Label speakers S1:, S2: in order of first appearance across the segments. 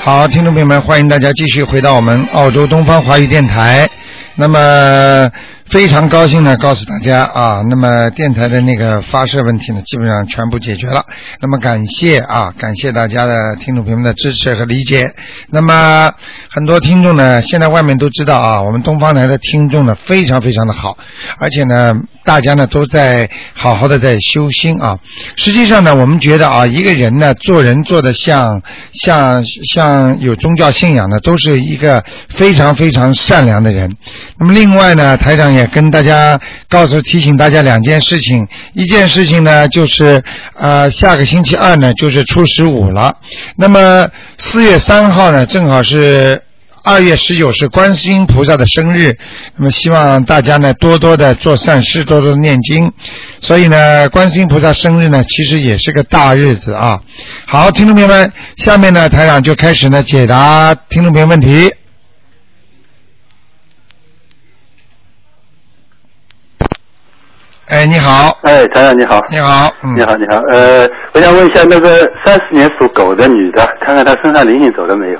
S1: 好，听众朋友们，欢迎大家继续回到我们澳洲东方华语电台。那么非常高兴呢，告诉大家啊，那么电台的那个发射问题呢，基本上全部解决了。那么感谢啊，感谢大家的听众朋友们的支持和理解。那么很多听众呢，现在外面都知道啊，我们东方台的听众呢非常非常的好，而且呢，大家呢都在好好的在修心啊。实际上呢，我们觉得啊，一个人呢做人做的像像像有宗教信仰的，都是一个非常非常善良的人。那么另外呢，台长也跟大家告诉提醒大家两件事情，一件事情呢就是呃下个星期二呢就是初十五了，那么四月三号呢正好是。二月十九是观世音菩萨的生日，那么希望大家呢多多的做善事，多多的念经。所以呢，观世音菩萨生日呢，其实也是个大日子啊。好，听众朋友们，下面呢台长就开始呢解答听众朋友问题。哎，你好，
S2: 哎，台长你好，
S1: 你好，嗯
S2: 你，好，你好，呃，我想问一下那个三十年属狗的女的，看看她身上灵性走了没有？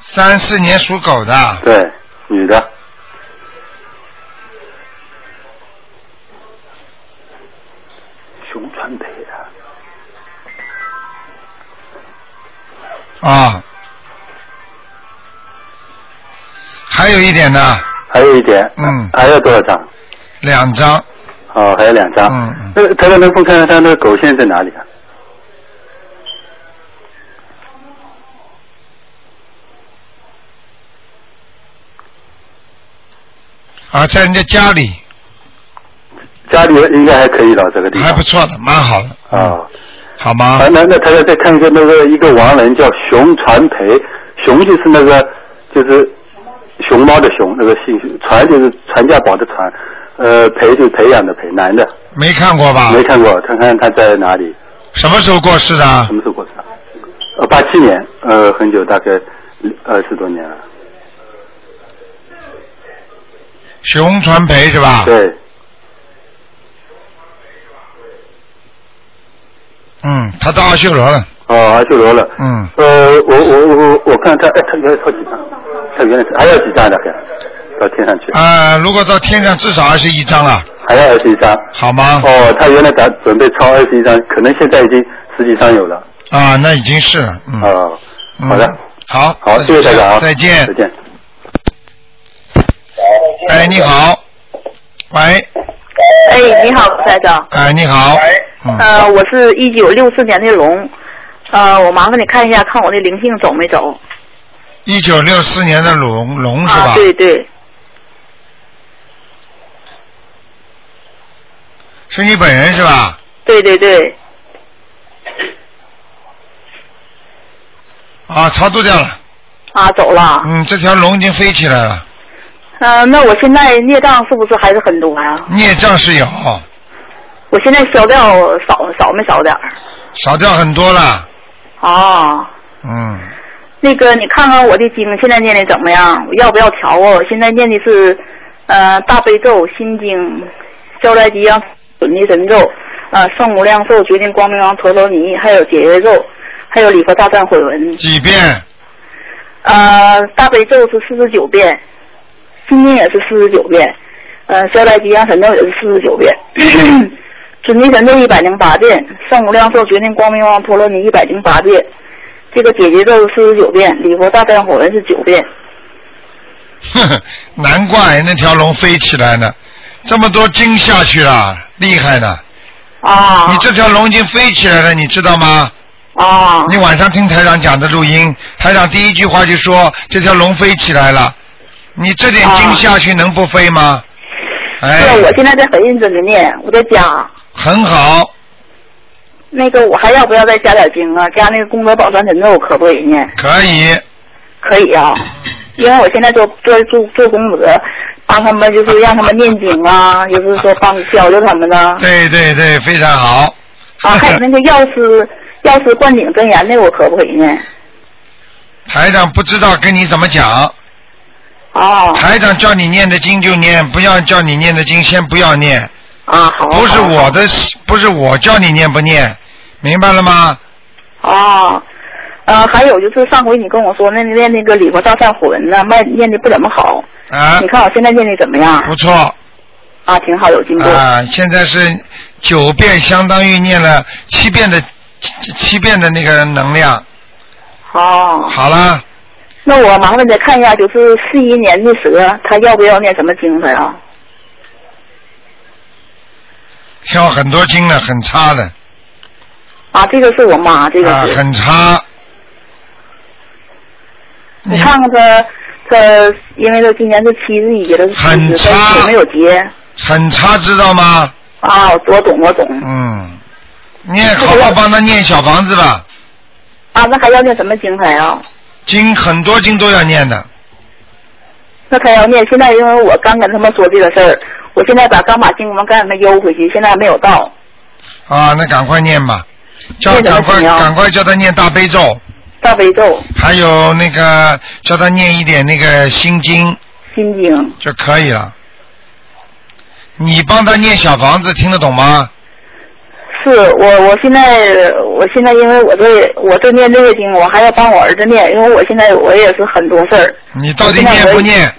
S1: 三四年属狗的，
S2: 对，女的，熊川北啊，
S1: 啊，还有一点呢，
S2: 还有一点，
S1: 嗯
S2: 还有多少张？
S1: 两张，
S2: 哦，还有两张。
S1: 嗯嗯
S2: 那台长能不能看看她那个狗现在在哪里啊？
S1: 啊，在人家家里
S2: 家里应该还可以了，这个地方。
S1: 还不错的，蛮好的，
S2: 啊。
S1: 好吗
S2: 啊，？那那他再看一个那个一个亡人叫熊传培，熊就是那个就是熊猫的熊，那个姓传就是传家宝的传，呃，培就是培养的培，男的，
S1: 没看过吧？
S2: 没看过，看看他在哪里，
S1: 什么时候过世的
S2: 什？么时候过世的？呃，八七年，呃，很久，大概二十多年了。
S1: 熊传培是吧？
S2: 对，
S1: 嗯，他到阿修罗了。
S2: 哦，阿修罗了。
S1: 嗯，
S2: 呃，我我我我看他，哎，他原来好几张，他原来是还要几张大概到天上去，
S1: 啊，如果到天上至少二十一张了，
S2: 还要二十一张。
S1: 好吗？
S2: 哦，他原来打准备抄二十一张，可能现在已经十几张有了。
S1: 啊，那已经是了。嗯，
S2: 哦，
S1: 嗯
S2: 好的，
S1: 好，
S2: 好，
S1: 那
S2: 谢谢
S1: 就
S2: 大
S1: 这
S2: 家
S1: 样
S2: 啊，
S1: 再
S2: 再
S1: 见。
S2: 见。
S1: 哎，你好，喂，
S3: 哎，你好，台长。
S1: 哎，你好，嗯，
S3: 呃，我是一九六四年的龙，呃，我麻烦你看一下，看我的灵性走没走？
S1: 一九六四年的龙龙是吧
S3: 啊，？对对，
S1: 是你本人是吧？
S3: 对对对，
S1: 啊，超度掉了。
S3: 啊，走了。
S1: 嗯，这条龙已经飞起来了，
S3: 呃，那我现在孽障是不是还是很多呀、
S1: 孽障是有，
S3: 我现在消掉少少没少点儿？
S1: 少掉很多了。
S3: 哦，
S1: 嗯，
S3: 那个你看看我的经现在念的怎么样？我要不要调啊？我现在念的是呃大悲咒、心经、消灾吉祥准提神咒、呃圣无量寿决定光明王陀罗尼，还有解约咒，还有礼佛大忏悔文。
S1: 几遍？
S3: 呃，大悲咒是四十九遍，心经也是四十九遍，呃，消灾吉祥神咒也是四十九遍，准提神咒一百零八遍，圣无量寿决定光明王陀罗尼一百零八遍，这个解结咒是四十九遍，礼佛大忏悔文是九遍。
S1: 呵呵， 难怪那条龙飞起来呢，这么多经下去了，厉害呢！
S3: 啊，
S1: 你这条龙已经飞起来了，你知道吗？
S3: 啊
S1: 你晚上听台长讲的录音，台长第一句话就说这条龙飞起来了，你这点经下去能不飞吗？哎
S3: 对，，我现在在很认真的念，我在加
S1: 很好，
S3: 那个，我还要不要再加点经啊？加那个功德宝山神咒可不可以念？
S1: 可以。
S3: 可以啊，因为我现在做做做做功德，帮他们就是让他们念经啊，也就是说帮教教他们呢。
S1: 对对对，非常好。
S3: 啊，还有那个药师药师灌顶真言那我可不可以念？
S1: 台长不知道跟你怎么讲，
S3: 哦
S1: 台长叫你念的经就念，不要叫你念的经先不要念，
S3: 啊，好。
S1: 不是
S3: 好
S1: 我的，不是我叫你念不念，明白了吗？
S3: 哦，呃，还有就是上回你跟我说那念那个礼佛大忏悔文呢，卖念的不怎么好，
S1: 啊
S3: 你，看我现在念的怎么样？
S1: 不错
S3: 啊，挺好，有进步。
S1: 啊，现在是九遍，相当于念了七遍的七七遍的那个能量。
S3: 哦，
S1: 好了，
S3: 那我麻烦再看一下，就是四一年的蛇，他要不要念什么经
S1: 哎
S3: 他呀？
S1: 挑很多经了，很差的，
S3: 啊，这个是我妈，这个
S1: 啊，
S3: 是。
S1: 很 差。
S3: 你看看他，他因为他今年是七十一了，
S1: 很
S3: 七十，
S1: 差
S3: 他有没有结？
S1: 很差，知道吗？
S3: 啊，我懂，我懂。
S1: 嗯，念好好帮他念小房子吧，
S3: 啊，那还要念什么经他呀？
S1: 经很多经都要念的。
S3: 那他要念，现在因为我刚跟他们说这个事儿，我现在把刚把经文刚给他们邮回去，现在还没有到。
S1: 啊，那赶快念吧，叫
S3: 念得
S1: 赶快
S3: 怎么样
S1: 赶快叫他念大悲咒，
S3: 大悲咒、
S1: 还有那个叫他念一点那个心经
S3: 心经，
S1: 就可以了。你帮他念小房子，听得懂吗？
S3: 是我我现在我现在因为我这我这念这个经，我还要帮我儿子念，因为我现在我也是很多事儿
S1: 你到底念不念？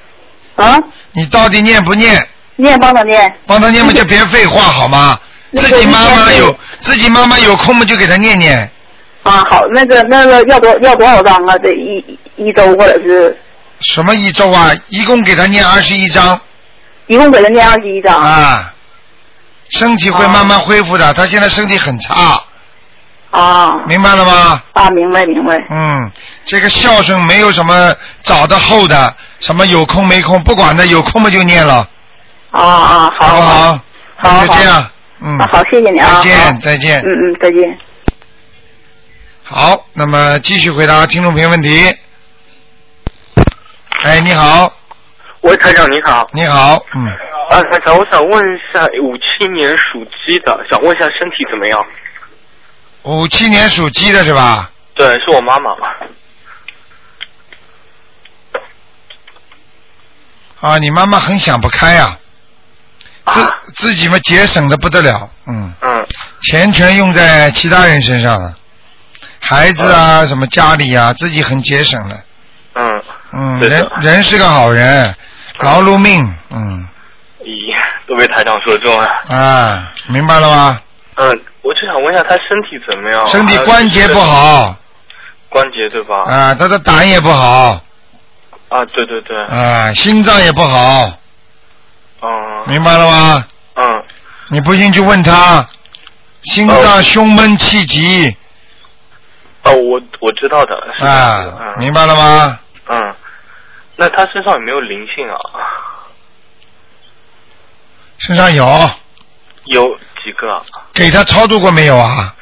S3: 啊，
S1: 你到底念不念？
S3: 念帮他念。
S1: 帮他念嘛，就别废话好吗？
S3: 那
S1: 自
S3: 个
S1: 己妈
S3: 一
S1: 妈
S3: 天
S1: 有自己妈妈有空嘛，就给他念念。
S3: 啊，好，那个那个要多要多少张啊？这一一周或者是
S1: 什么一周啊？一共给他念二十一章
S3: 一共给他念二十一张。
S1: 啊，身体会慢
S3: 哦
S1: 慢恢复的。他现在身体很差，
S3: 啊
S1: 明白了吗？
S3: 啊，明白明白。
S1: 嗯，这个孝顺没有什么早的后的，什么有空没空不管的，有空嘛就念了，
S3: 啊啊，好
S1: 好不
S3: 好
S1: 好？那就这样，嗯，
S3: 啊，好，谢谢你
S1: 再
S3: 啊。
S1: 见
S3: 好
S1: 再见
S3: 嗯嗯，再见。
S1: 好，那么继续回答听众朋友问题。哎，你好，
S4: 喂，台长你好，
S1: 你好，嗯，
S4: 啊，台长，我想问一下，五七年属鸡的，想问一下身体怎么样？
S1: 五七年属鸡的是吧？
S4: 对，是我妈妈嘛。
S1: 啊，你妈妈很想不开呀、
S4: 啊，
S1: 自自己嘛节省的不得了，嗯，
S4: 嗯，
S1: 钱全用在其他人身上了，孩子啊，什么家里啊，自己很节省的，
S4: 嗯，
S1: 嗯，
S4: 对的啊
S1: 人人是个好人，劳碌命，嗯，
S4: 咦，都被台长说中了。
S1: 啊，明白了吗？
S4: 嗯，我就想问一下她身体怎么样？啊
S1: 身体关节不，好，
S4: 关节对吧？
S1: 啊，他的胆也不好，
S4: 啊，对对对，
S1: 啊，心脏也不好，
S4: 嗯
S1: 明白了吗？
S4: 嗯，
S1: 你不信就问他，心脏
S4: 哦
S1: 胸闷气急
S4: 哦，我我知道的，是的
S1: 啊，
S4: 嗯
S1: 明白了吗？
S4: 嗯，那她身上有没有灵性啊？
S1: 身上有，
S4: 有几个啊？
S1: 给他超度过没有啊？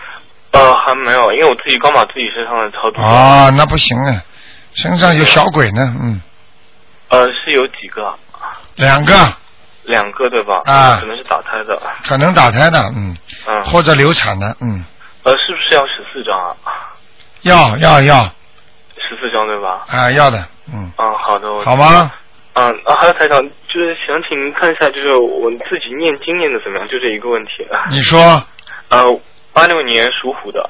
S4: 呃，还没有，因为我自己刚把自己身上的超度掉了。
S1: 啊，那不行啊，身上有小鬼呢，嗯，
S4: 呃，是有几个啊？
S1: 两个
S4: 两个对吧？
S1: 啊
S4: 可能是打胎的。
S1: 可能打胎的，嗯，
S4: 嗯。
S1: 或者流产的，嗯，
S4: 呃，是不是要十四张啊？
S1: 要要要
S4: 十四张对吧？
S1: 啊，要的，嗯，
S4: 嗯，好的。我
S1: 好？吗？
S4: 嗯、啊，还有台长，就是想请您看一下，就是我自己念经念的怎么样，就这一个问题。啊
S1: 你说
S4: 呃，八六年属虎的，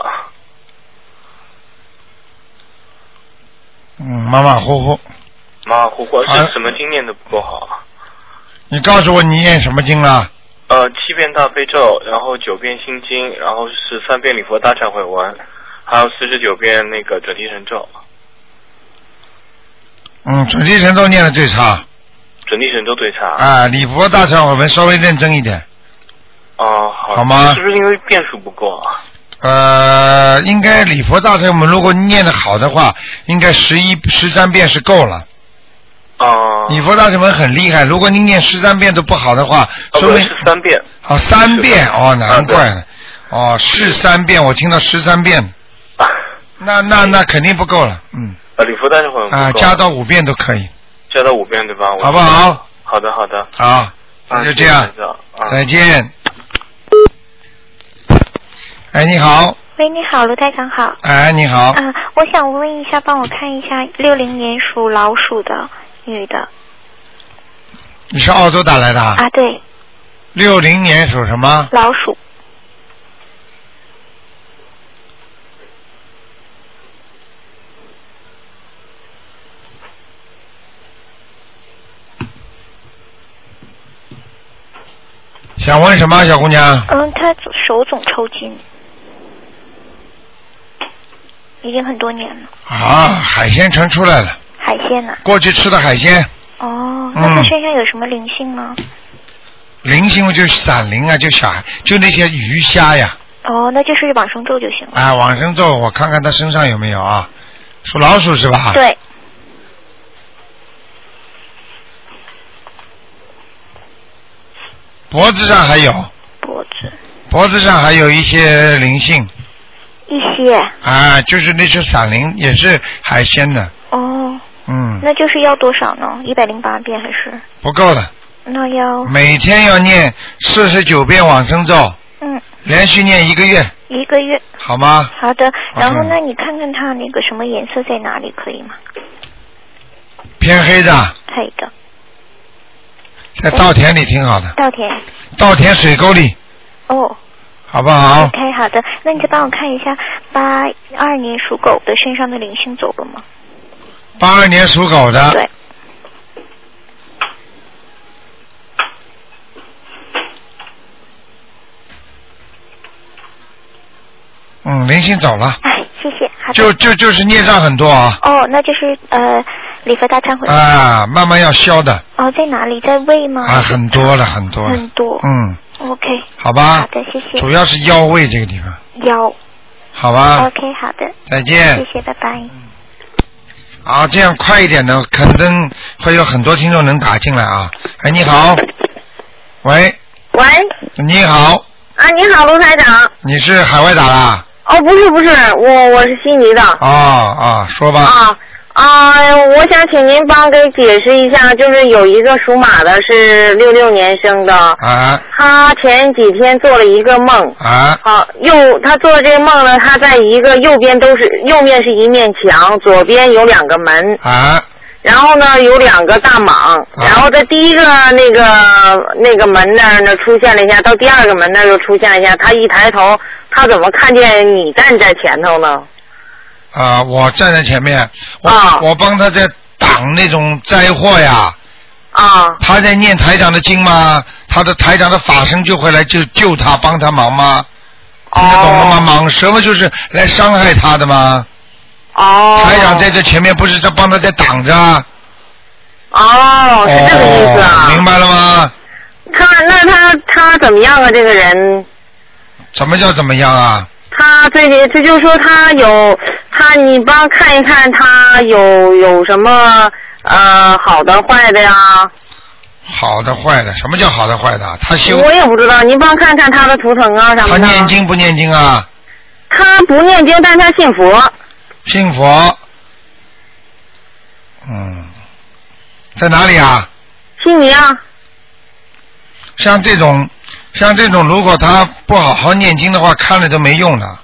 S1: 嗯，马马虎虎。
S4: 马虎虎
S1: 啊
S4: 是什么经念的不够好啊？
S1: 你告诉我你念什么经了？
S4: 呃，七遍大悲咒，然后九遍心经，然后是三遍礼佛大忏悔文，还有四十九遍那个准提神咒。
S1: 嗯，准提神咒念的最差
S4: 准提神咒对查。
S1: 啊，礼佛大忏悔文稍微认真一点，
S4: 哦、好。
S1: 好吗
S4: 是不是因为遍数不够啊？
S1: 呃，应该礼佛大忏悔文如果念的好的话，应该十一十三遍是够了。
S5: 啊
S4: 哦、
S1: 礼佛大忏悔文很厉害，如果你念十三遍都不好的话，
S4: 哦，
S1: 说
S4: 不是
S1: 明
S4: 是三遍。
S1: 哦三遍哦，难怪
S4: 啊
S1: 了，哦是三遍，我听到十三 遍，
S4: 啊，
S1: 那那那肯定不够了，嗯
S4: 呃礼佛大忏悔文不够
S1: 啊，加到五遍都可以，
S4: 加到五遍对吧？我
S1: 好不？好？
S4: 好的，好的。
S1: 好，那就这样
S4: 啊谢谢台，长啊
S1: 再见。哎，你好，
S6: 喂，你好，卢台长好。
S1: 哎，你好
S6: 啊，，我想问一下，帮我看一下六零年属老鼠的女的
S1: 你是澳洲打来的啊？
S6: 啊，对，
S1: 六零年属什么？
S6: 老鼠
S1: 想问什么，小姑娘？
S6: 嗯，他总手总抽筋，已经很多年了。
S1: 啊，海鲜全出来了，
S6: 海鲜呐、
S1: 过去吃的海鲜，
S6: 哦，那他
S1: 嗯
S6: 身上有什么灵性吗？
S1: 灵性就是散灵啊，就小孩，就那些鱼虾呀，
S6: 哦，那就是往生咒就行了。
S1: 啊，往生咒，我看看他身上有没有啊？属老鼠是吧？。
S6: 对，
S1: 脖子上还有，
S6: 脖子
S1: 脖子上还有一些灵性
S6: 一些。
S1: 啊，就是那些散灵，也是海鲜的，
S6: 哦，
S1: 嗯，
S6: 那就是要多少呢？一百零八遍还是？
S1: 不够的，
S6: 那要
S1: 每天要念四十九遍往生咒，
S6: 嗯
S1: 连续念一个月，
S6: 一个月。
S1: 好吗？
S6: 好的，
S1: 好的
S6: 然后那你看看他那个什么颜色在哪里可以吗？
S1: 偏黑的，
S6: 黑的，
S1: 在稻田里挺好的，
S6: 稻田。
S1: 稻田水沟里，
S6: 哦
S1: 好不好？
S6: ，OK，好的，那你再帮我看一下八二年属狗的身上的灵性走了吗？
S1: 八二年属狗的，
S6: 对，
S1: 嗯，灵性走了，
S6: 哎，谢谢，好的。
S1: 就就就是孽障很多啊，
S6: 哦，那就是呃，礼佛大忏悔。
S1: 啊，慢慢要消的
S6: 哦，在哪里？在胃吗？
S1: 啊，很多了，很多了
S6: 嗯很，多。
S1: 嗯，
S6: OK，
S1: 好吧
S6: 好，的，谢谢
S1: 啊主。要是腰位这个地方，
S6: 腰。
S1: 好吧，
S6: OK，好的，
S1: 再见
S6: 谢。谢，拜拜。
S7: 嗯
S1: 啊，这样快一点呢，肯定会有很多听众能打进来啊。哎，你好，喂，
S8: 喂，
S1: 你好，
S8: 啊，你好，卢台长。
S1: 你是海外打啦？
S8: 哦，不是不是，我我是悉尼的。
S1: 哦哦，说吧。
S8: 啊啊、我想请您帮给解释一下，就是有一个属马的是六六年生的，
S1: 啊
S8: 他前几天做了一个梦。
S1: 啊
S8: 好、右他做的这个梦呢，他在一个右边都是右面是一面墙，左边有两个门，
S1: 啊
S8: 然后呢有两个大蟒，然后在第一个那个那个门那儿呢出现了一下，到第二个门那儿又出现了一下。他一抬头，他怎么看见你站在前头呢？
S1: 啊！我站在前面，我、
S8: 啊
S1: 我帮他在挡那种灾祸呀。
S8: 啊
S1: 他在念台长的经吗？他的台长的法身就会来救救他，帮他忙吗？
S8: 哦
S1: 听得懂了吗？蟒蛇嘛，就是来伤害他的吗？
S8: 哦，
S1: 台长在这前面，不是在帮他在挡着啊？
S8: 哦，是这个意思啊
S1: 哦。明白了吗？
S8: 他那他他怎么样啊？这个人，
S1: 怎么叫怎么样啊？
S8: 他最近这就说他有他，你帮看一看他有有什么呃好的坏的呀？
S1: 好的坏的，什么叫好的坏的啊？他修，
S8: 我也不知道，您帮看看他的图腾啊什
S1: 他
S8: 么的。
S1: 念经不念经啊？
S8: 他不念经，但他信佛。
S1: 信佛。嗯，在哪里啊？
S8: 悉尼啊，
S1: 像这种，像这种，如果他不好好念经的话，看了都没用的。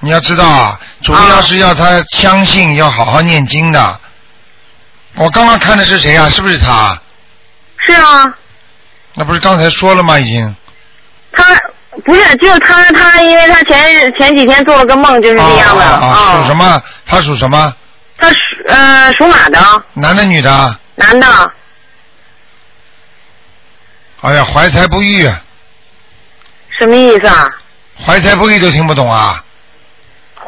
S1: 你要知道啊，主要是要他相信，要好好念经的。我刚刚看的是谁啊？是不是他？
S8: 是啊，
S1: 那不是刚才说了吗？已经。
S8: 他不是，就是他，他因为他前前几天做了个梦，就是这样的
S1: 啊啊啊属什
S8: 啊。
S1: 么？他属什么？
S8: 他属呃属马的，
S1: 男的女的啊？
S8: 男的。
S1: 哎呀，怀才不遇，
S8: 什么意思啊？
S1: 怀才不遇都听不懂啊！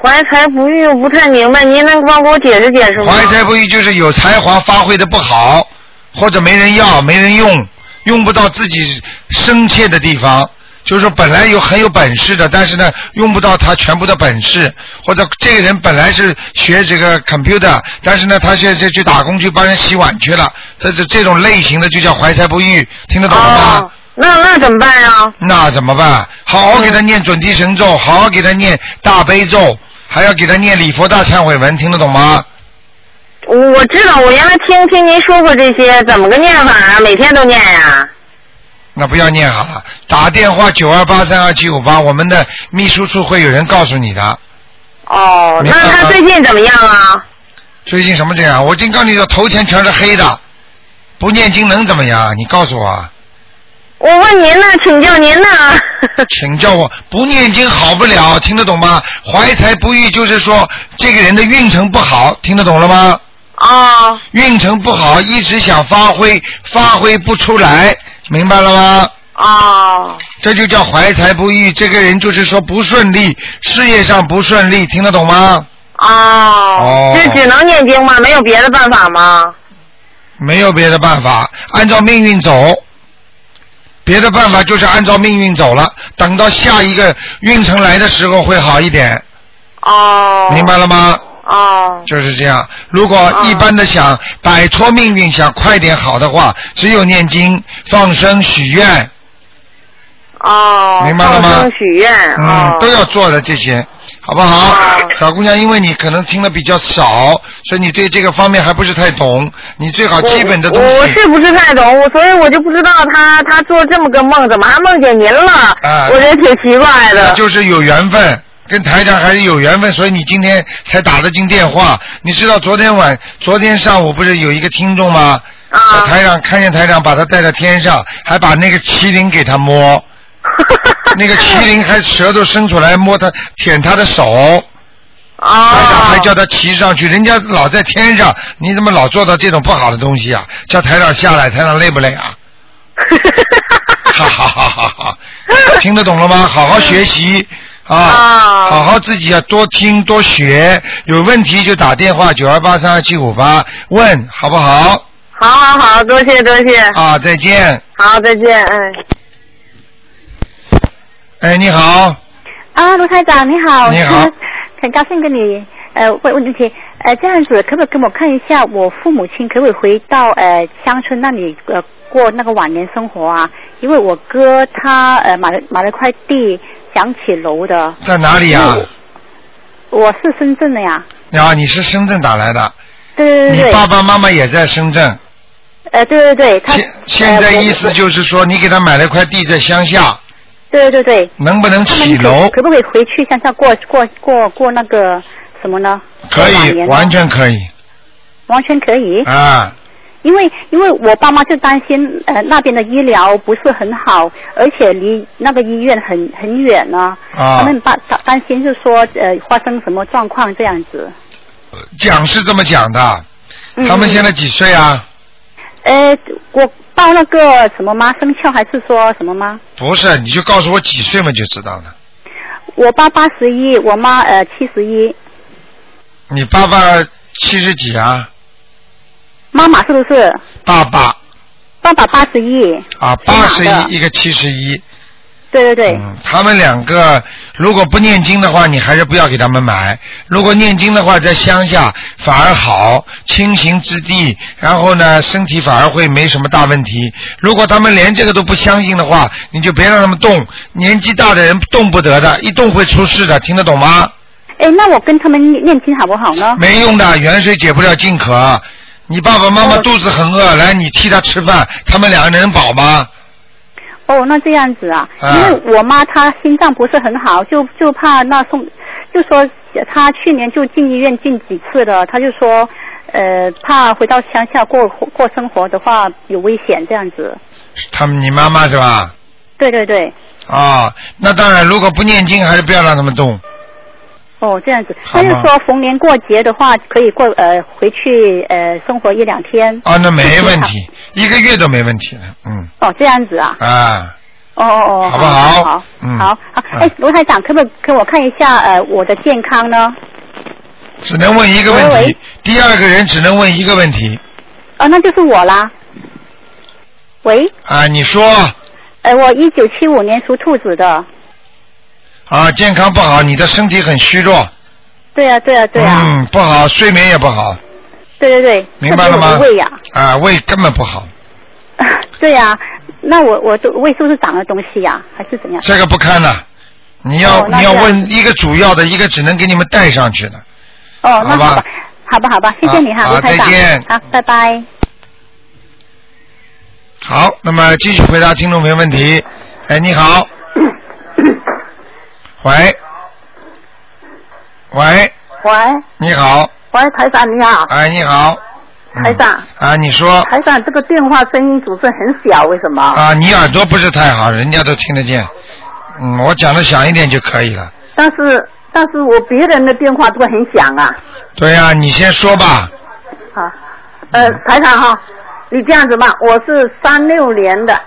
S8: 怀才不遇，不太明白，您能帮给我解释解释吗？
S1: 怀才不遇就是有才华发挥的不好，或者没人要、没人用，用不到自己深切的地方。就是说本来有很有本事的，但是呢，用不到他全部的本事，或者这个人本来是学这个 computer，但是呢，他现在去打工去帮人洗碗去了，这这这种类型的就叫怀才不遇，听得懂了吗？
S8: 哦，那那怎么办啊呀？
S1: 那怎么办？好好给他念准提神咒，好好给他念大悲咒，还要给他念礼佛大忏悔文，听得懂吗？
S8: 我我知道，我原来听听您说过这些，怎么个念法啊？每天都念呀、
S1: 那不要念好了，打电话九二八三二七五八，我们的秘书处会有人告诉你的。
S8: 哦，
S1: 明
S8: 那
S1: 白了
S8: 他最近怎么样啊？
S1: 最近什么这样？我已经告诉你了，头前全是黑的，不念经能怎么样？你告诉我啊，
S8: 我问您呢，请教您呢。
S1: 请教我，不念经好不了，听得懂吗？怀才不遇就是说这个人的运程不好，听得懂了吗？
S8: 哦，
S1: 运程不好，一直想发挥，发挥不出来，明白了吗？
S8: 哦，
S1: 这就叫怀才不遇。这个人就是说不顺利，事业上不顺利，听得懂吗？
S8: 哦，这只能念经吗？没有别的办法吗？
S1: 没有别的办法，按照命运走。别的办法就是按照命运走了，等到下一个运程来的时候会好一点，
S8: 哦，
S1: 明白了吗？
S8: 哦，
S1: 就是这样。如果一般的想摆脱命运，想快点好的话，只有念经、放生、许愿，
S8: 哦，
S1: 明白了吗
S8: 放生许愿，
S1: 嗯
S8: 哦，，
S1: 都要做的这些，好不好
S8: 哦？
S1: 小姑娘，因为你可能听的比较少，所以你对这个方面还不是太懂，你最好基本的东
S8: 我我
S1: 西。
S8: 是不是太懂？我所以我就不知道他他做这么个梦，怎么还梦见您了？
S1: 啊
S8: 我觉得挺奇怪
S1: 那
S8: 的。
S1: 就是有缘分，跟台长还是有缘分，所以你今天才打得进电话。你知道昨天晚，昨天上午不是有一个听众吗？
S8: 啊，
S1: 台长看见台长把他带到天上，还把那个麒麟给他 摸，那个麒麟还舌头伸出来摸他，舔他的
S8: 哦
S1: 手。
S8: 啊，
S1: 台长还叫他骑上去，人家老在天上，你怎么老做到这种不好的东西啊？叫台长下来，台长累不累啊？哈哈哈哈哈！ 听得懂了吗？好好学习啊，
S8: 啊
S1: 好好自己要多听多学，有问题就打电话九二八三二七五八问，好不好？
S8: 好好好，多谢多谢，
S1: 啊，再见。
S8: 好，再见，哎。
S1: 哎，你好，
S9: 啊，卢台长你好，
S1: 你好，
S9: 很高兴跟你呃问问问题，呃这样子可不可以给我看一下我父母亲可不可以回到呃乡村那里呃过那个晚年生活啊？因为我哥他呃买了买了块地想起楼的，
S1: 在哪里啊？
S9: 嗯我是深圳的呀，
S1: 啊，你是深圳打来的，
S9: 对对对
S1: 你
S9: 对，
S1: 爸爸妈妈也在深圳。
S9: 呃对对对，他
S1: 现现在
S9: 呃我
S1: 意思就是说，你给他买了块地在乡下，
S9: 对对对，
S1: 能不能
S9: 他
S1: 起
S9: 们
S1: 楼
S9: 可？可不可以回去乡下过过过过那个什么呢？
S1: 可
S9: 过晚
S1: 以，
S9: 年呢
S1: 完全可以
S9: 完全可以。
S1: 啊。
S9: 因为因为我爸妈就担心呃那边的医疗不是很好，而且离那个医院很很远呢、
S1: 啊
S9: 他们担担心是说呃发生什么状况这样子。
S1: 讲是这么讲的，
S9: 嗯、
S1: 他们现在几岁啊？
S9: 呃，我报那个什么吗？生肖还是说什么吗？
S1: 不是，你就告诉我几岁嘛，就知道了。
S9: 我爸八十一，我妈呃七十一，
S1: 你爸爸七十几啊？
S9: 妈妈是不是？
S1: 爸爸
S9: 爸爸八十一，
S1: 啊，
S9: 属
S1: 八
S9: 马
S1: 十
S9: 的
S1: 一，一个七十一。
S9: 对对对，
S1: 嗯，他们两个如果不念经的话，你还是不要给他们买。如果念经的话，在乡下反而好，清行之地，然后呢，身体反而会没什么大问题。如果他们连这个都不相信的话，你就别让他们动。年纪大的人动不得的，一动会出事的，听得懂吗？
S9: 哎，那我跟他们念念经好不好呢？
S1: 没用的，远水解不了近渴。你爸爸
S9: 哦
S1: 妈妈肚子很饿，来，你替他吃饭，他们两个人饱吗？
S9: 哦，那这样子啊，
S1: 啊
S9: 因为我妈她心脏不是很好，就就怕那送，就说她去年就进医院进几次了，她就说，呃，怕回到乡下过过生活的话有危险这样子。
S1: 他们，你妈妈是吧？
S9: 对对对，
S1: 啊、那当然，如果不念经，还是不要让他们动。
S9: 哦，这样子，
S1: 好
S9: 她就
S1: 吗
S9: 说逢年过节的话可以过呃回去呃生活一两天。
S1: 啊，那没问
S9: 是
S1: 题，一个月都没问题的，嗯
S9: 哦，这样子啊，
S1: 啊，
S9: 哦哦哦，
S1: 好不
S9: 好？
S1: 好
S9: 好，
S1: 嗯
S9: 好，好哎
S1: 嗯，
S9: 卢台长，可不可以给我看一下呃我的健康呢？
S1: 只能问一个问
S9: 喂
S1: 题
S9: 喂，
S1: 第二个人只能问一个问题
S9: 哦，那就是我啦。喂。
S1: 啊。你说
S9: 呃，我一九七五年属兔子的。
S1: 啊，健康不好，你的身体很虚弱，
S9: 对啊，对啊，对啊，
S1: 嗯，不好，睡眠也不好，
S9: 对对对，
S1: 嗯明白了吗
S9: 特别有胃呀、
S1: 啊，胃根本不好，
S9: 对呀、那我我的胃是不是长了东西呀、还是怎样？
S1: 这个不看了。你要、
S9: 哦那
S1: 你要
S9: 这样
S1: 问一个主要的，一个只能给你们带上去的。
S9: 哦，
S1: 好
S9: 那
S1: 吧啊
S9: 好吧，好吧，好吧，谢谢你
S1: 好
S9: 哈，卢台长
S1: 再见，
S9: 好，拜拜。
S1: 好，那么继续回答听众朋友问题。哎，你好。喂。喂，
S10: 喂
S1: 你好。
S10: 喂，台长你好，
S1: 哎，你好。嗯
S10: 台长。
S1: 啊，你说
S10: 台长这个电话声音组织很小，为什么？
S1: 啊，你耳朵不是太好，人家都听得见。嗯，我讲的响一点就可以了。
S10: 但是但是我别人的电话都很响啊。
S1: 对呀、你先说吧。
S10: 好，
S1: 嗯
S10: 呃，台长哈，你这样子吧，我是三六年的，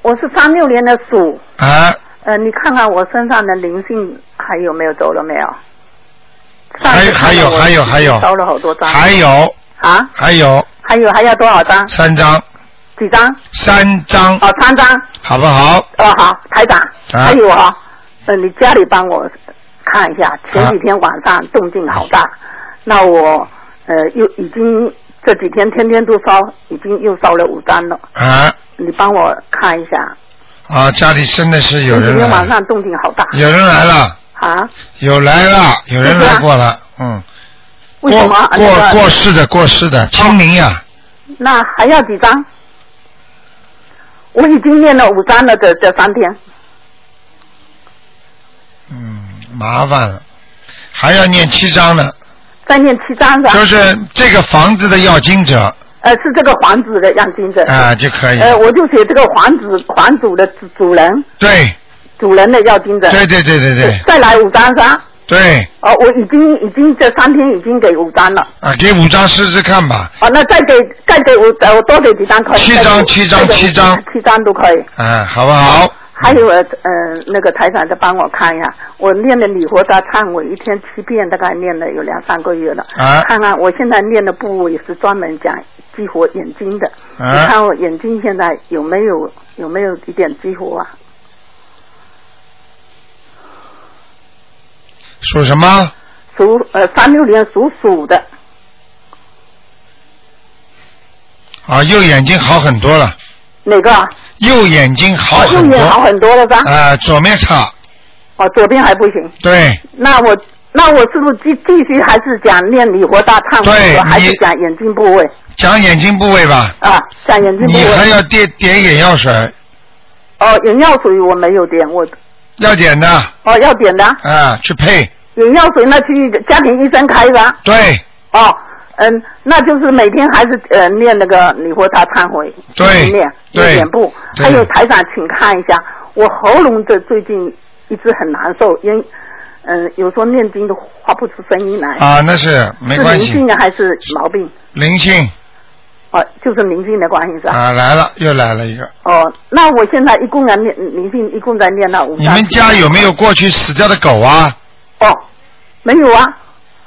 S10: 我我是三六年的鼠，
S1: 啊，
S10: 呃，你看看我身上的灵性还有没有走了没有？
S1: 还有还有还有还有
S10: 烧了好多张。
S1: 还有
S10: 啊？
S1: 还有
S10: 还有还要多少张？
S1: 三张，
S10: 几张？
S1: 三张，
S10: 哦，三张。
S1: 好不好？
S10: 哦，好，台长。
S1: 啊
S10: 还有哈、呃，你家里帮我看一下，前几天晚上动静好
S1: 啊
S10: 大，那我呃又已经这几天天天都烧，已经又烧了五张了，
S1: 啊
S10: 你帮我看一下。
S1: 啊，家里真的是有
S10: 前几
S1: 人
S10: 天
S1: 来
S10: 晚
S1: 了，
S10: 上动静好大。
S1: 有人来了，
S10: 啊？
S1: 有来了，有人来过了，嗯，
S10: 为
S1: 过
S10: 什么？啊那
S1: 过
S10: 个哦
S1: 过世的过世的清明呀，
S10: 那还要几张？我已经念了五张了，这这三天。
S1: 嗯，麻烦了，还要念七章呢，
S10: 再念七张是啊吧？
S1: 就是这个房子的要经者
S10: 呃，是这个房子的让金者。
S1: 啊就可以，
S10: 呃，我就写这个房子房主的主主人
S1: 对
S10: 主人的要金者。
S1: 对对对对对
S10: 再来五张是吧？
S1: 对
S10: 哦，我已经已经这三天已经给五张了。
S1: 啊，给五张试试看吧，
S10: 哦，那再给再给我呃我多给几张可以？
S1: 七张七张
S10: 再给我
S1: 七张，
S10: 七张都可以。
S1: 啊，好不好？
S10: 还有呃呃那个台长再帮我看一下，我念的礼佛大忏悔一天七遍，大概念了有两三个月了。
S1: 啊
S10: 看看我现在念的部位是专门讲激活眼睛的，
S1: 啊
S10: 你看我眼睛现在有没有有没有一点激活啊？
S1: 属什么？
S10: 属呃三六年属鼠的，
S1: 啊，右眼睛好很多了，
S10: 哪个啊？
S1: 右眼睛好
S10: 右
S1: 哦很多，
S10: 眼好很多了是吧？
S1: 啊，左面差，
S10: 哦，左边还不行。
S1: 对
S10: 那我那我是不是继继续还是讲念礼佛大忏
S1: 对
S10: 悔，还是
S1: 你
S10: 讲眼睛部位
S1: 讲眼睛部位吧，
S10: 啊？讲眼睛部
S1: 你
S10: 位。
S1: 还要点点眼药水，
S10: 哦，眼药水我没有点，我
S1: 要点的
S10: 哦要点的啊
S1: 啊，去配，
S10: 眼药水，那去家庭医生开的啊
S1: 对
S10: 哦，嗯，那就是每天还是呃念那个礼佛大忏悔，
S1: 对
S10: 念
S1: 对
S10: 念脸部，
S1: 对
S10: 还有台长，请看一下我喉咙这最近一直很难受，因嗯有时候念经都发不出声音来，
S1: 啊，那是没
S10: 嗯是
S1: 关
S10: 灵
S1: 系，
S10: 性啊还是毛病？
S1: 灵性
S10: 哦，就是灵性的关系是吧？
S1: 啊来了，又来了一个。
S10: 哦，那我现在一共在念灵性，一共在念了五。
S1: 你们家有没有？过去死掉的狗啊？
S10: 哦，没有啊。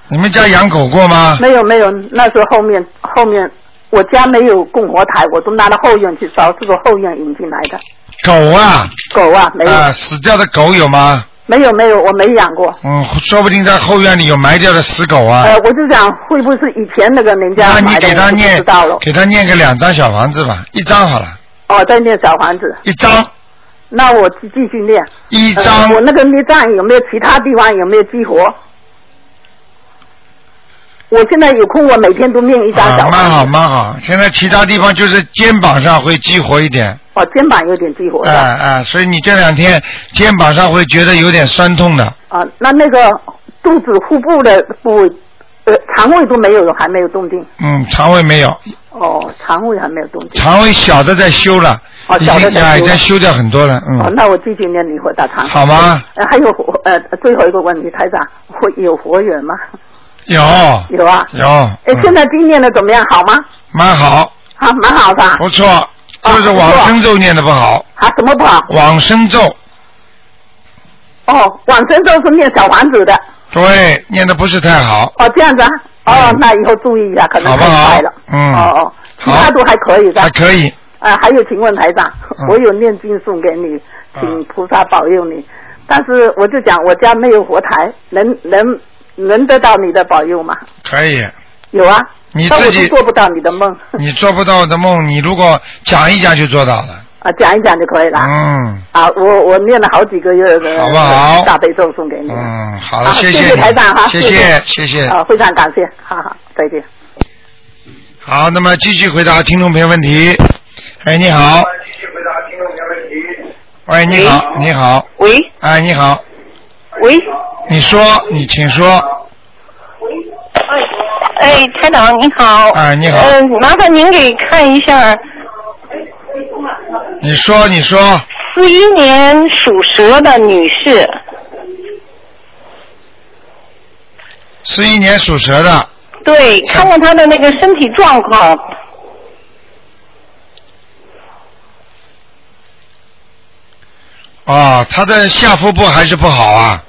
S1: 你们家养狗过吗？
S10: 没有没有，那时候后面后面我家没有供佛台，我都拿到后院去烧，是从后院引进来的。
S1: 狗啊，
S10: 狗啊，没有、
S1: 啊，死掉的狗有吗？
S10: 没有没有，我没养过。
S1: 嗯，说不定在后院里有埋掉的死狗啊。
S10: 呃，我就想会不会是以前那个人家
S1: 那你
S10: 买的，
S1: 给他
S10: 我就不
S1: 念
S10: 知道了，。
S1: 给他念个两张小房子吧，一张好了，
S10: 哦，在念小房子，
S1: 一张
S10: 那我继继续念。
S1: 一
S10: 呃
S1: 张
S10: 我那个孽障有没有其他地方有没有激活？我现在有空，我每天都念一张
S1: 啊
S10: 小，房
S1: 蛮
S10: 子。
S1: 好蛮好。现在其他地方就是肩膀上会激活一点，
S10: 哦，肩膀有点激活
S1: 哎
S10: 的。
S1: 哎，所以你这两天肩膀上会觉得有点酸痛的，
S10: 啊，那那个肚子、腹部的部位，呃，肠胃都没有，还没有动静。
S1: 嗯，肠胃没有，
S10: 哦，肠胃还没有动静。
S1: 肠胃小的在修了，
S10: 哦
S1: 已
S10: 小的在
S1: 经啊
S10: 修了
S1: 已经修掉很多了，
S10: 哦，
S1: 嗯，
S10: 那我继续念礼佛大肠。
S1: 好吗？
S10: 呃，还有呃，最后一个问题，台长，我有佛缘吗？
S1: 有
S10: 有啊。
S1: 有，
S10: 哎，现
S1: 嗯
S10: 在经念的怎么样？好吗？
S1: 蛮好，
S10: 啊，蛮好的。
S1: 不错，就是
S10: 啊不错
S1: 往生咒念的不好，
S10: 啊，什么不好？
S1: 往生咒
S10: 哦，往生咒是念小房子的。
S1: 对念的不是太好，
S10: 哦，这样子啊。哦
S1: 嗯，
S10: 那以后注意一下，可能
S1: 好不
S10: 太
S1: 好
S10: 快了。
S1: 嗯
S10: 哦哦，其他
S1: 好
S10: 都还可以的。
S1: 还可以，
S10: 啊，还有，请问台长
S1: 嗯，
S10: 我有念经送给你，请菩萨保佑你。但是我就讲，我家没有佛台，能能能得到你的保佑吗？
S1: 可以。
S10: 有啊，
S1: 你
S10: 但
S1: 自
S10: 我就
S1: 己
S10: 做不到你的梦
S1: 你做不到的梦，你如果讲一讲就做到了。
S10: 啊，讲一讲就可以了。
S1: 嗯
S10: 啊，我我念了好几个月的
S1: 好不好
S10: 大悲咒送给你。
S1: 嗯，好了，
S10: 啊，
S1: 谢
S10: 谢
S1: 你
S10: 台长哈，，
S1: 谢
S10: 谢
S1: 谢谢。
S10: 啊，非常感谢，好好，再见。
S1: 好，那么继续回答听众朋友问题。哎，你好。喂，你好，你好，
S11: 喂
S1: 哎，你好，
S11: 喂，
S1: 你说，你请说，
S11: 哎，台长您好。
S1: 哎你好
S11: 嗯、麻烦您给看一下，
S1: 你说，你说，
S11: 四一年属蛇的女士，
S1: 十一年属蛇的，
S11: 对，看看她的那个身体状况。
S1: 哦，他的下腹部还是不好啊，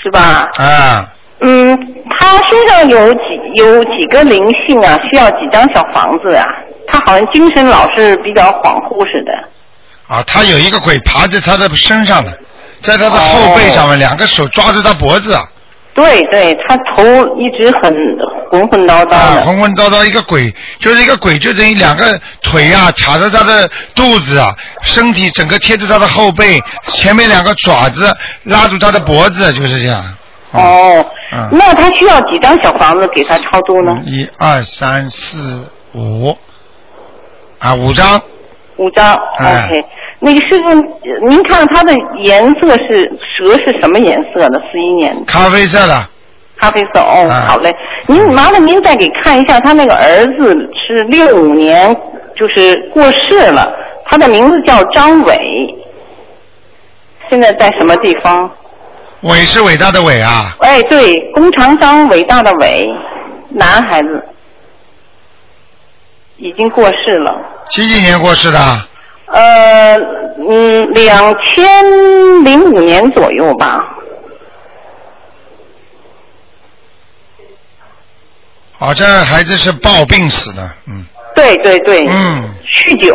S11: 是吧？
S1: 啊，
S11: 嗯，他身上有几有几个灵性啊？需要几张小房子啊？他好像精神老是比较恍惚似的。
S1: 啊，他有一个鬼爬在他的身上的，在他的后背上面，两个手抓住他脖子啊，
S11: 哦对对，他头一直很浑浑叨叨
S1: 啊
S11: 的。
S1: 浑浑叨叨一个鬼，就是一个鬼，就等于两个腿啊卡着他的肚子啊，身体整个贴着他的后背，前面两个爪子拉住他的脖子，就是这样。
S11: 哦，
S1: 嗯
S11: 那他需要几张小房子给他超度呢？
S1: 一二三四五，啊，五张，
S11: 五张。
S1: 哎
S11: OK，那个师傅，呃您看他的颜色是蛇是什么颜色的？四一年的
S1: 咖啡色的，
S11: 咖啡色。哦，
S1: 哎
S11: 好嘞。您麻烦您再给看一下，他那个儿子是六五年，就是过世了，他的名字叫张伟，现在在什么地方？
S1: 伟是伟大的伟啊，
S11: 哎，对，弓长张，伟大的伟，男孩子，已经过世了。
S1: 几几年过世的？啊
S11: 呃，嗯，两千零五年左右吧。
S1: 好、这孩子是暴病死的，嗯，
S11: 对对对，
S1: 嗯，
S11: 酗酒，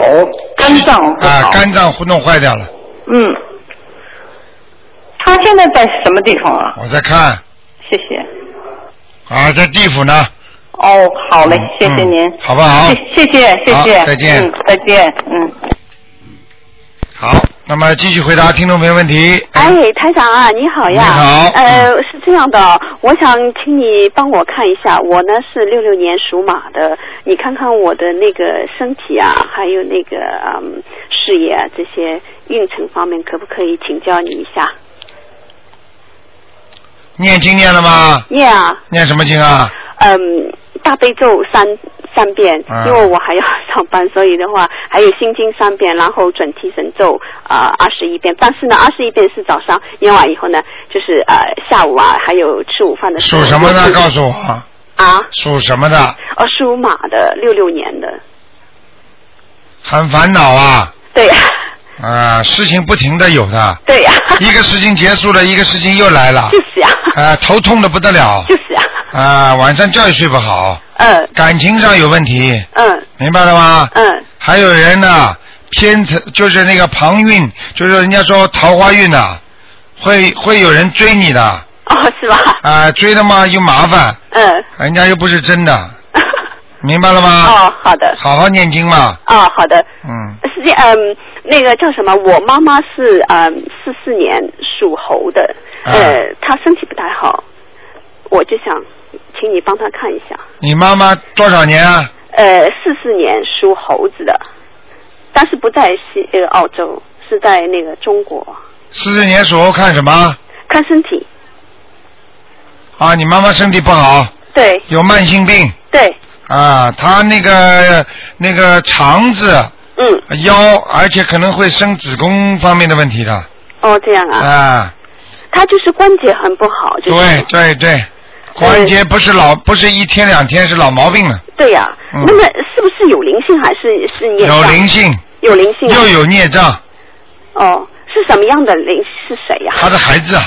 S11: 肝脏不好。
S1: 啊，肝脏弄坏掉了，
S11: 嗯，他现在在什么地方啊？
S1: 我在看，
S11: 谢谢。
S1: 啊，在地府呢，
S11: 哦，好嘞，谢谢您，
S1: 好不好？
S11: 谢谢谢
S1: 嗯哦好
S11: 谢，
S1: 再见
S11: 嗯，再见，嗯。
S1: 好，那么继续回答听众朋友问题。
S12: 哎，台长啊，你好呀。
S1: 你好嗯
S12: 呃，是这样的，我想请你帮我看一下，我呢是六六年属马的，你看看我的那个身体啊，还有那个嗯事业啊这些运程方面，可不可以请教你一下？
S1: 念经念了吗？
S12: 念啊，
S1: 念什么经啊？
S12: 嗯，大悲咒三三遍，
S1: 啊
S12: 因为我还要上班，所以的话还有心经三遍，然后准提神咒啊二十一遍。但是呢，二十一遍是早上念完以后呢，就是呃下午啊，还有吃午饭的时候。
S1: 属什么的？告诉我。
S12: 啊，
S1: 属什么的？
S12: 哦，属马的，六六年的，
S1: 很烦恼啊
S12: 对 呀、
S1: 啊，事情不停的有的，
S12: 对呀、
S1: 一个事情结束了，一个事情又来了，
S12: 就是呀、
S1: 啊，头痛的不得了，
S12: 就是呀、
S1: 啊，晚上觉也睡不好，
S12: 嗯
S1: 感情上有问题，
S12: 嗯
S1: 明白了吗？
S12: 嗯，
S1: 还有人呢，偏财就是那个旁运，就是人家说桃花运呐、会会有人追你的，啊、
S12: 哦，是吧？
S1: 追的嘛又麻烦，
S12: 嗯，
S1: 人家又不是真 的，明白了吗？
S12: 哦，好的，
S1: 好好念经嘛，
S12: 哦，好的。
S1: 嗯，
S12: 是这嗯，那个叫什么？我妈妈是嗯四四年属猴的，
S1: 啊
S12: 呃，她身体不太好，我就想请你帮她看一下。
S1: 你妈妈多少年啊？
S12: 呃，四四年属猴子的，但是不在西呃澳洲，是在那个中国
S1: 四十年属猴看什么？
S12: 看身体。
S1: 啊，你妈妈身体不好，
S12: 对
S1: 有慢性病
S12: 对，
S1: 啊，她那个那个肠子、
S12: 嗯，
S1: 腰，而且可能会生子宫方面的问题的
S12: 哦这样啊，
S1: 啊。
S12: 她就是关节很不好，就是
S1: 对对对，关节不是老不是一天两天，是老毛病了，
S12: 对呀、
S1: 嗯
S12: 那么是不是有灵性还是是孽障？
S1: 有灵性
S12: 有灵性啊、
S1: 又有孽障，
S12: 哦，是什么样的灵？是谁呀、
S1: 他的孩子啊，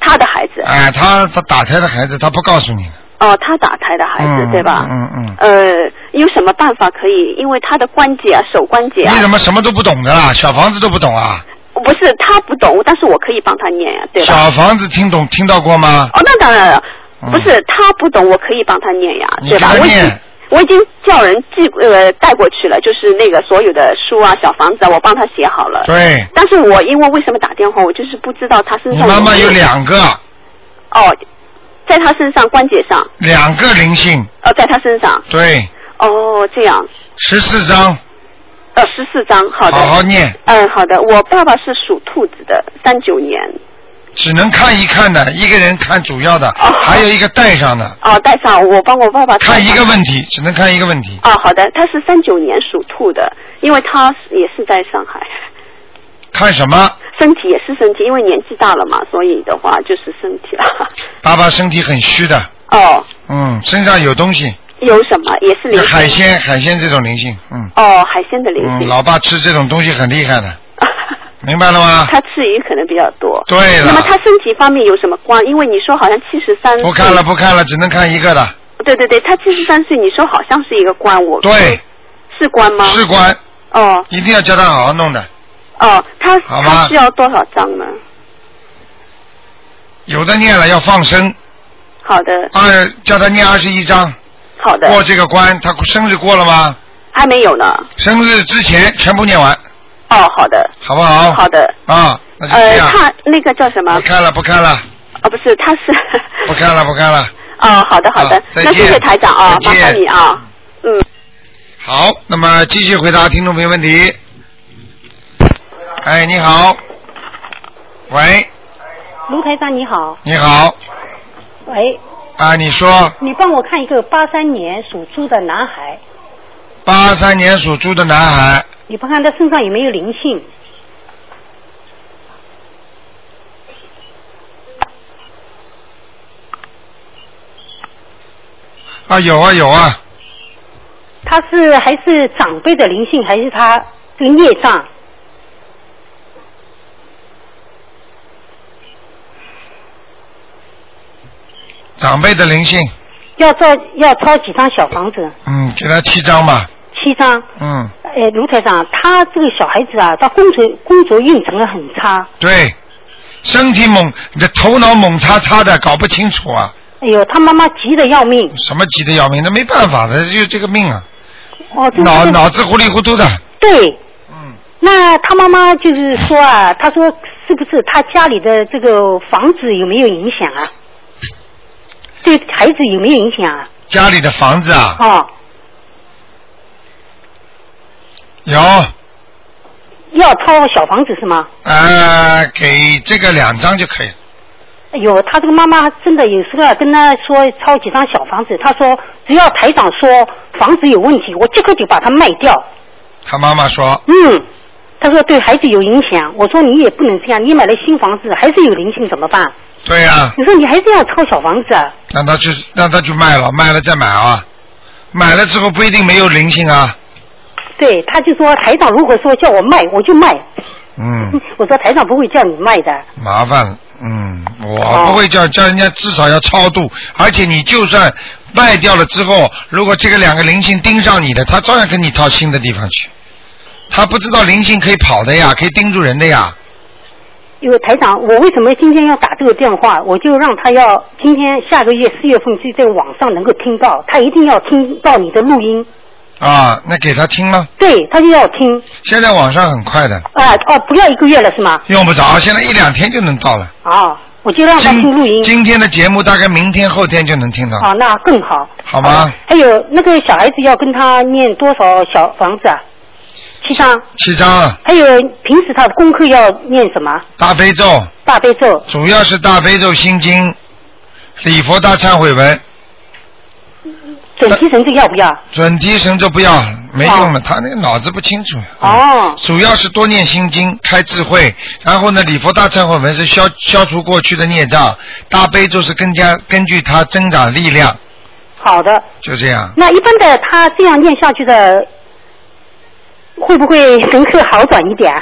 S12: 他的孩子。
S1: 哎，他他打胎的孩子，他不告诉你的，
S12: 哦，他打胎的孩子、
S1: 嗯
S12: 对吧？
S1: 嗯嗯。
S12: 啊呃，有什么办法可以？因为他的关节啊，手关节
S1: 你
S12: 啊，
S1: 怎么什么都不懂的啦？小房子都不懂啊？
S12: 不是他不懂，但是我可以帮他念呀，对吧？
S1: 小房子听懂听到过吗？
S12: 哦，那当然了，
S1: 嗯
S12: 不是他不懂，我可以帮他念呀，
S1: 你
S12: 对吧
S1: 给？他
S12: 我已经
S1: 念
S12: 我已经叫人寄呃带过去了，就是那个所有的书啊、小房子啊，我帮他写好了。
S1: 对，
S12: 但是我因为为什么打电话，我就是不知道他身
S1: 你
S12: 上
S1: 妈妈
S12: 没
S1: 有两个。
S12: 哦，在他身上关节上，
S1: 两个灵性，
S12: 呃，在他身上
S1: 对，
S12: 哦，这样
S1: 十四张，
S12: 呃，十四张，好的。
S1: 好好念，
S12: 嗯，好的。我爸爸是属兔子的，三九年。
S1: 只能看一看的，一个人看主要的，还有一个带上的，
S12: 哦，带上我帮我爸爸
S1: 看一个
S12: 题。
S1: 问题，只能看一个问题。
S12: 哦，好的，他是三九年属兔的，因为他也是在上海，
S1: 看什么？
S12: 身体也是身体，因为年纪大了嘛，所以的话就是身体了。
S1: 爸爸身体很虚的，
S12: 哦，
S1: 嗯，身上有东西，
S12: 有什么也是灵性
S1: 海鲜海鲜这种灵性，嗯
S12: 哦，海鲜的灵
S1: 嗯，
S12: 性。
S1: 老爸吃这种东西很厉害的，明白了吗？
S12: 他吃鱼可能比较多。
S1: 对了
S12: 那么他身体方面有什么关？因为你说好像七十三。
S1: 不看了，不看了，只能看一个的，
S12: 对对对，他七十三岁，你说好像是一个官，我
S1: 对，
S12: 是官嗯吗？
S1: 是官，
S12: 哦
S1: 一定要叫他好好弄的。
S12: 哦，他
S1: 好吧
S12: 他需要多少张呢？
S1: 有的念了要放生，
S12: 好的，
S1: 二叫他念二十一章，
S12: 好的，
S1: 过这个关，他生日过了吗？
S12: 还没有呢。
S1: 生日之前全部念完，
S12: 哦，好的，
S1: 好不好？
S12: 好的。
S1: 啊，那就这
S12: 呃，
S1: 样。
S12: 他那个叫什么？
S1: 不看了，不看了，
S12: 哦，不是，他是
S1: 不看了，不看了。
S12: 哦，好的好的，
S1: 再
S12: 那谢谢
S1: 见
S12: 台长啊，
S1: 再
S12: 麻
S1: 见
S12: 烦你啊，嗯。
S1: 好，那么继续回答听众朋友问题。哎，你好。喂，
S13: 卢台长你好，
S1: 你好。
S13: 喂，
S1: 啊，你说
S13: 你帮我看一个八三年属猪的男孩，
S1: 八三年属猪的男孩，
S13: 你不看他身上有没有灵性？
S1: 啊，有啊有啊，
S13: 他是还是长辈的灵性，还是他这个孽障？
S1: 长辈的灵性，
S13: 要造要抄几张小房子？
S1: 嗯，给他七张吧，
S13: 七张。
S1: 嗯，
S13: 哎，卢台长，他这个小孩子啊，他工作工作运程很差。
S1: 对，身体猛，你的头脑猛叉叉的，搞不清楚啊，
S13: 哎呦，他妈妈急得要命。
S1: 什么急得要命，那没办法的，就这个命啊，
S13: 哦，这个
S1: 脑
S13: 这个
S1: 脑子糊里糊涂的，
S13: 对。嗯。那他妈妈就是说啊，他说是不是他家里的这个房子有没有影响啊？对孩子有没有影响啊？
S1: 家里的房子啊，
S13: 哦，
S1: 有，
S13: 要抄小房子是吗？
S1: 呃，给这个两张就可以了，
S13: 哎呦，他这个妈妈真的有时候啊跟他说抄几张小房子，他说只要台长说房子有问题，我即刻就把它卖掉。
S1: 他妈妈说，
S13: 嗯，他说对孩子有影响。我说你也不能这样，你买了新房子还是有灵性怎么办？
S1: 对呀、啊，
S13: 你说你还这样抄小房子啊？
S1: 让他去让他去卖了，卖了再买啊，买了之后不一定没有灵性啊，
S13: 对，他就说台长如果说叫我卖，我就卖。
S1: 嗯，
S13: 我说台长不会叫你卖的。
S1: 麻烦了。嗯，我不会叫叫人家至少要超度，而且你就算卖掉了之后，如果这个两个灵性盯上你的，他照样跟你到新的地方去。他不知道灵性可以跑的呀，可以盯住人的呀。
S13: 因为台长，我为什么今天要打这个电话？我就让他要今天下个月四月份就在网上能够听到，他一定要听到你的录音。
S1: 啊，那给他听了。
S13: 对，他就要听
S1: 现在网上很快的，
S13: 啊、哦，不要一个月了是吗？
S1: 用不着，现在一两天就能到了。
S13: 哦，我就让他听录音。
S1: 今天的节目大概明天后天就能听到，
S13: 哦，那更嗯好。
S1: 好吗？
S13: 还有那个小孩子要跟他念多少小房子啊？七张。
S1: 七张啊
S13: 还有平时他的功课要念什么？
S1: 大悲咒，
S13: 大悲咒。
S1: 主要是大悲咒心经、礼佛大忏悔文、
S13: 准提神咒要不要？
S1: 准提神咒不要，没用了，他那个脑子不清楚。嗯
S13: 哦，
S1: 主要是多念心经，开智慧。然后呢，礼佛大忏悔文是消消除过去的孽障，大悲咒是更加根据它增长力量，
S13: 好的。
S1: 就这样。
S13: 那一般的他这样念下去的，会不会功课好转一点？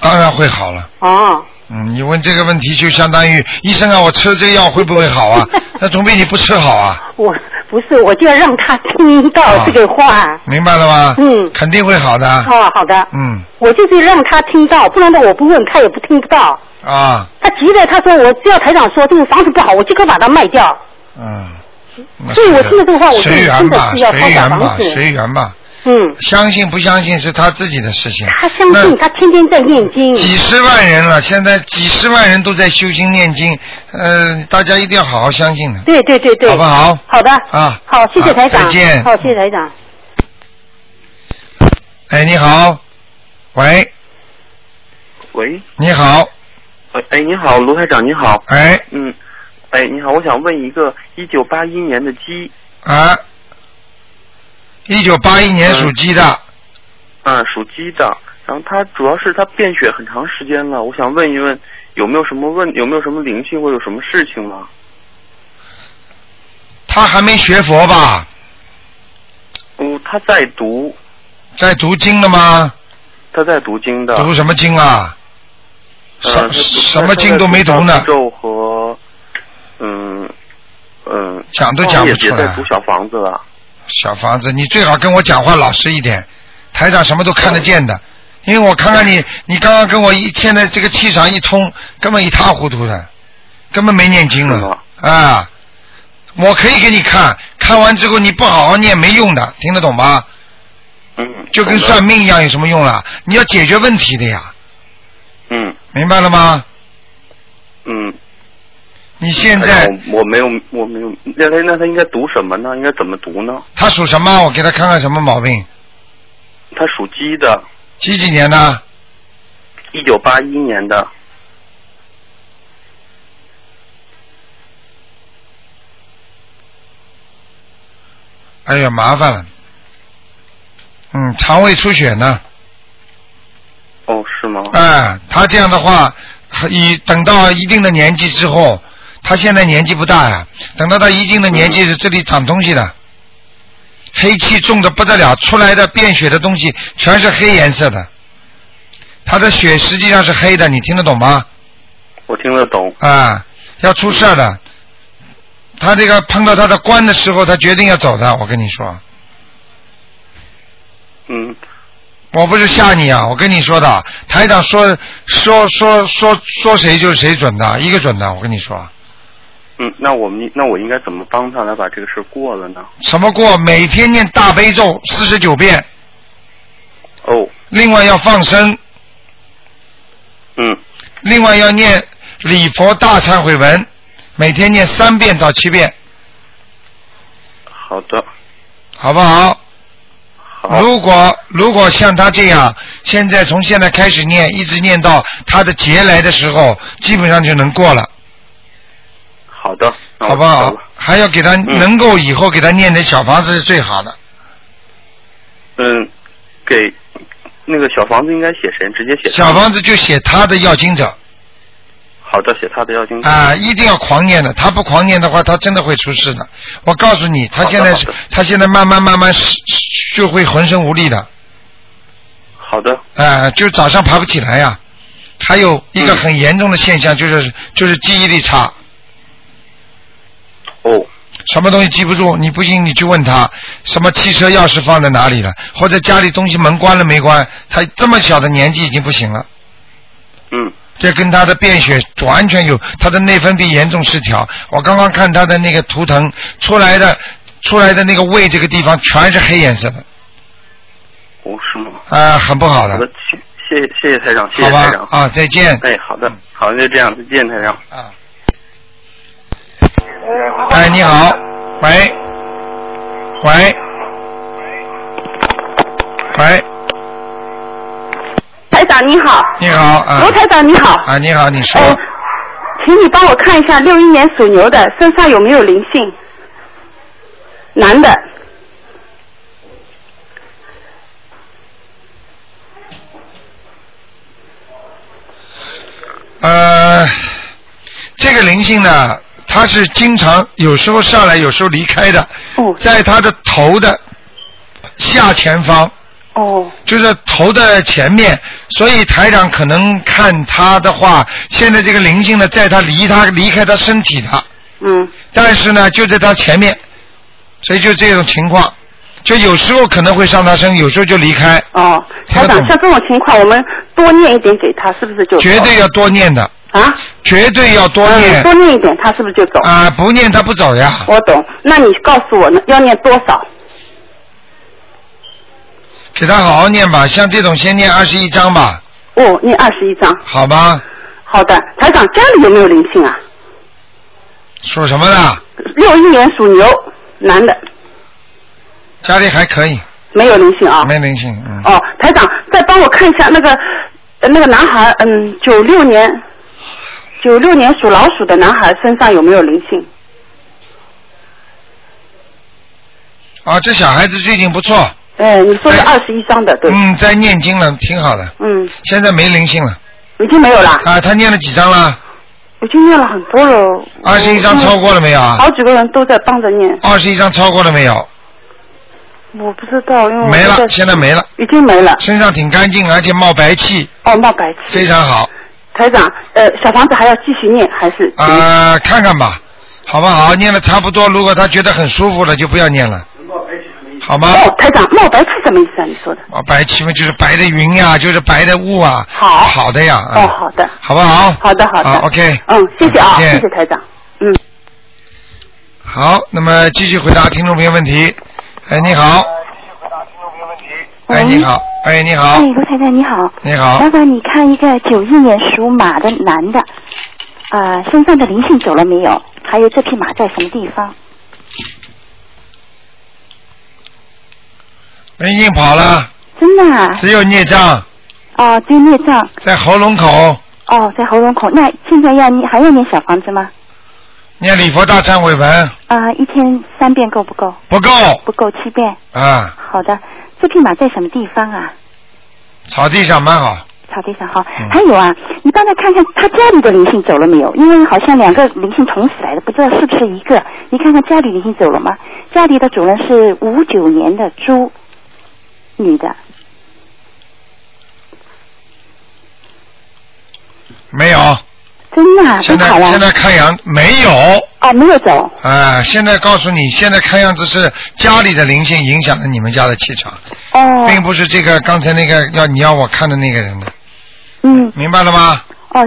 S1: 当然会好了。
S13: 哦，
S1: 嗯，你问这个问题就相当于医生啊，我吃这个药会不会 好啊？那总比你不吃好啊，
S13: 我不是，我就要让他听
S1: 哦
S13: 到这个话。
S1: 明白了吗？
S13: 嗯
S1: 肯定会好的。啊
S13: 哦，好的，
S1: 嗯
S13: 我就是让他听到，不然的我不问他也不听不到。
S1: 啊
S13: 他急的，他说我只要台长说这个房子不好，我即刻把它卖掉。
S1: 嗯。那
S13: 所以我听了这个话我就
S1: 随缘
S13: 真
S1: 吧，
S13: 的是
S1: 随
S13: 要抄小
S1: 缘吧
S13: 房，子
S1: 随缘吧。
S13: 嗯，
S1: 相信不相信是他自己的事情。
S13: 他相信，他天天在念经。
S1: 几十万人了，现在几十万人都在修心念经，呃，大家一定要好好相信的
S13: 对对对对。
S1: 好不好
S13: 好的。
S1: 啊。
S13: 好，谢谢台长。
S1: 好再见
S13: 好，谢谢台长。
S1: 哎，你好，喂，
S5: 喂，
S1: 你好，
S5: 哎哎，你好，卢台长，你好。
S1: 哎，
S5: 嗯，哎，你好，我想问一个一九八一年的鸡，
S1: 啊，一九八一年属鸡的，
S5: 嗯，属鸡的，然后它主要是它便血很长时间了，我想问一问有没有什么问有没有什么灵性或有什么事情了？
S1: 他还没学佛吧？
S5: 哦，他在读，
S1: 在读经了吗？
S5: 他在读经的，
S1: 读什么经啊？
S5: 呃
S1: 什什么经都没读呢？
S5: 咒和嗯嗯，
S1: 讲都讲不出来啊
S5: 也别再读小房子了。
S1: 小房子，你最好跟我讲话老实一点，台长什么都看得见的，因为我看看你，你刚刚跟我一现在这个气场一通，根本一塌糊涂的，根本没念经了啊！我可以给你看，看完之后你不好好念没用的，听得懂吗？
S5: 嗯，
S1: 就跟算命一样，有什么用啦？你要解决问题的呀，
S5: 嗯
S1: 明白了吗？
S5: 嗯。
S1: 你现在
S5: 哎呀我我没有我没有，那他那他应该读什么呢？应该怎么读呢？
S1: 他属什么？我给他看看什么毛病。
S5: 他属鸡的，
S1: 几几年的？
S5: 一九八一年的，
S1: 哎呀，麻烦了。嗯，肠胃出血呢。
S5: 哦，是吗？
S1: 哎，他这样的话，以等到一定的年纪之后，他现在年纪不大呀、等到他一定的年纪，这里长东西的，黑气重的不得了，出来的便血的东西全是黑颜色的，他的血实际上是黑的，你听得懂吗？
S5: 我听得懂。
S1: 啊，要出事儿的。他这个碰到他的官的时候，他决定要走的，我跟你说，
S5: 嗯，
S1: 我不是吓你啊，我跟你说的，台长说说说说说谁就是谁准的，一个准的，我跟你说。
S5: 嗯，那我们那我应该怎么帮他来把这个事过了呢？
S1: 什么过？每天念大悲咒四十九遍。
S5: 哦。
S1: 另外要放生。
S5: 嗯。
S1: 另外要念礼佛大忏悔文，每天念三遍到七遍，
S5: 好的，
S1: 好不好？
S5: 好
S1: 如果如果像他这样，现在从现在开始念，一直念到他的劫来的时候，基本上就能过了，
S5: 好的，那我
S1: 好不
S5: 知道
S1: 好
S5: 了？
S1: 还要给他、
S5: 嗯
S1: 能够以后给他念点小房子是最好的。
S5: 嗯，给那个小房子应该写谁？直接写他
S1: 小房子就写他的要经者
S5: 好的，写他的要经者
S1: 啊，一定要狂念的。他不狂念的话，他真的会出事的。我告诉你，他现在是，他现在慢慢慢慢是是就会浑身无力的，
S5: 好的，
S1: 啊，就早上爬不起来呀、还有一个
S5: 嗯
S1: 很严重的现象就是就是记忆力差。
S5: 哦。
S1: 什么东西记不住？你不信你去问他，什么汽车钥匙放在哪里了，或者家里东西门关了没关？他这么小的年纪已经不行了。
S5: 嗯。
S1: 这跟他的便血完全有，他的内分泌严重失调。我刚刚看他的那个图腾出来的，出来的那个胃这个地方全是黑颜色的，
S5: 哦，是吗？
S1: 啊，很不好的
S5: 好的，谢谢谢谢台长，谢谢
S1: 好吧
S5: 台长
S1: 啊再见
S5: 哎，好的，好，那就这样，再见，台长。
S1: 啊。哎，你好，喂，喂，喂，
S14: 台长你好，
S1: 你好啊
S14: 罗台长你哦好，
S1: 啊，你好，你说，
S14: 请你帮我看一下六一年属牛的身上有没有灵性？男的，
S1: 呃，这个灵性呢，它是经常有时候上来，有时候离开的，
S14: 哦
S1: 在它的头的下前方。
S14: 哦，
S1: 就是头的前面，所以台长可能看他的话，现在这个灵性呢，在他离他离开他身体的，
S14: 嗯，
S1: 但是呢，就在他前面，所以就这种情况，就有时候可能会上他身，有时候就离开。
S14: 哦，
S1: 听
S14: 台
S1: 得
S14: 长
S1: 懂吗
S14: 像这种情况，我们多念一点给他，是不是就
S1: 绝对要多念的，
S14: 啊？
S1: 绝对要多
S14: 嗯
S1: 念
S14: 多念一点，他是不是就走？
S1: 啊！不念他不走呀。
S14: 我懂，那你告诉我呢，要念多少？
S1: 给他好好念吧，像这种先念二十一章吧，
S14: 哦，念二十一章。
S1: 好吧？
S14: 好的，台长家里有没有灵性啊？
S1: 属什么的？
S14: 六一年属牛，男的，
S1: 家里还可以，
S14: 没有灵性啊。
S1: 没灵性，嗯，
S14: 哦，台长，再帮我看一下那个呃那个男孩，嗯，九六年，九六年属老鼠的男孩身上有没有灵性？
S1: 啊，这小孩子最近不错，
S14: 哎，你说是二十一章的，对，
S1: 嗯，在念经了，挺好的，
S14: 嗯，
S1: 现在没灵性了。
S14: 已经没有啦，
S1: 啊，他念了几张了？
S14: 我已经念了很多了。
S1: 二十一章超过了没有啊
S14: 好几个人都在帮着念，
S1: 二十一张超过了没有？
S14: 我不知道，因为我
S1: 没
S14: 嗯在
S1: 了，现在没了。
S14: 已经没了。
S1: 身上挺干净，而且冒白气。
S14: 哦，冒白气。
S1: 非常好。
S3: 台长，呃，小房子还要继续念还是？
S1: 啊、看看吧，好不好？念的差不多，如果他觉得很舒服了，就不要念了，好吗？
S3: 哦，台长，冒白气什么意思啊？你说的？
S1: 啊，白气嘛，就是白的云呀、就是白的雾啊，好好的呀，
S3: 哦，
S1: 嗯，
S3: 好的，
S1: 好不好？
S3: 好的，好的。
S1: 好，OK，啊
S3: 嗯，谢谢啊，
S1: 再见
S3: 谢谢台长。
S1: 好，那么继续回答听众朋友问题。哎，你好。哎，你好，哎，你好
S9: 哎，，
S3: 嗯
S9: 卢太太你好。
S1: 你好
S9: 麻烦你看一个九一年属马的男的，呃，身上的灵性走了没有？还有这匹马在什么地方？
S1: 人已经哎跑了，
S9: 真的
S3: 嗯
S9: 啊？
S1: 只有孽障
S9: 哦，对孽障。
S1: 在喉咙口。
S9: 哦，在喉咙口。那现在要你还要念小房子吗？
S1: 念礼佛大忏悔文
S9: 啊、一天三遍够不够？
S1: 不够
S9: 不够七遍。
S1: 啊，
S9: 好的，这匹马在什么地方啊？
S1: 草地上蛮好。
S9: 草地上哈。
S1: 嗯
S9: 还有啊，你帮他看看他家里的灵性走了没有？因为好像两个灵性同时来的，不知道是不是一个。你看看家里灵性走了吗？家里的主人是五九年的猪，女的。
S1: 没有，
S9: 真的、啊，
S1: 现在
S9: 真好了
S1: 现在看样没有
S9: 哦，没有走。
S1: 啊，现在告诉你，现在看样子是家里的灵性影响了你们家的气场，
S9: 哦
S1: 并不是这个刚才那个要你要我看的那个人的，
S9: 嗯，
S1: 明白了吗？
S9: 哦，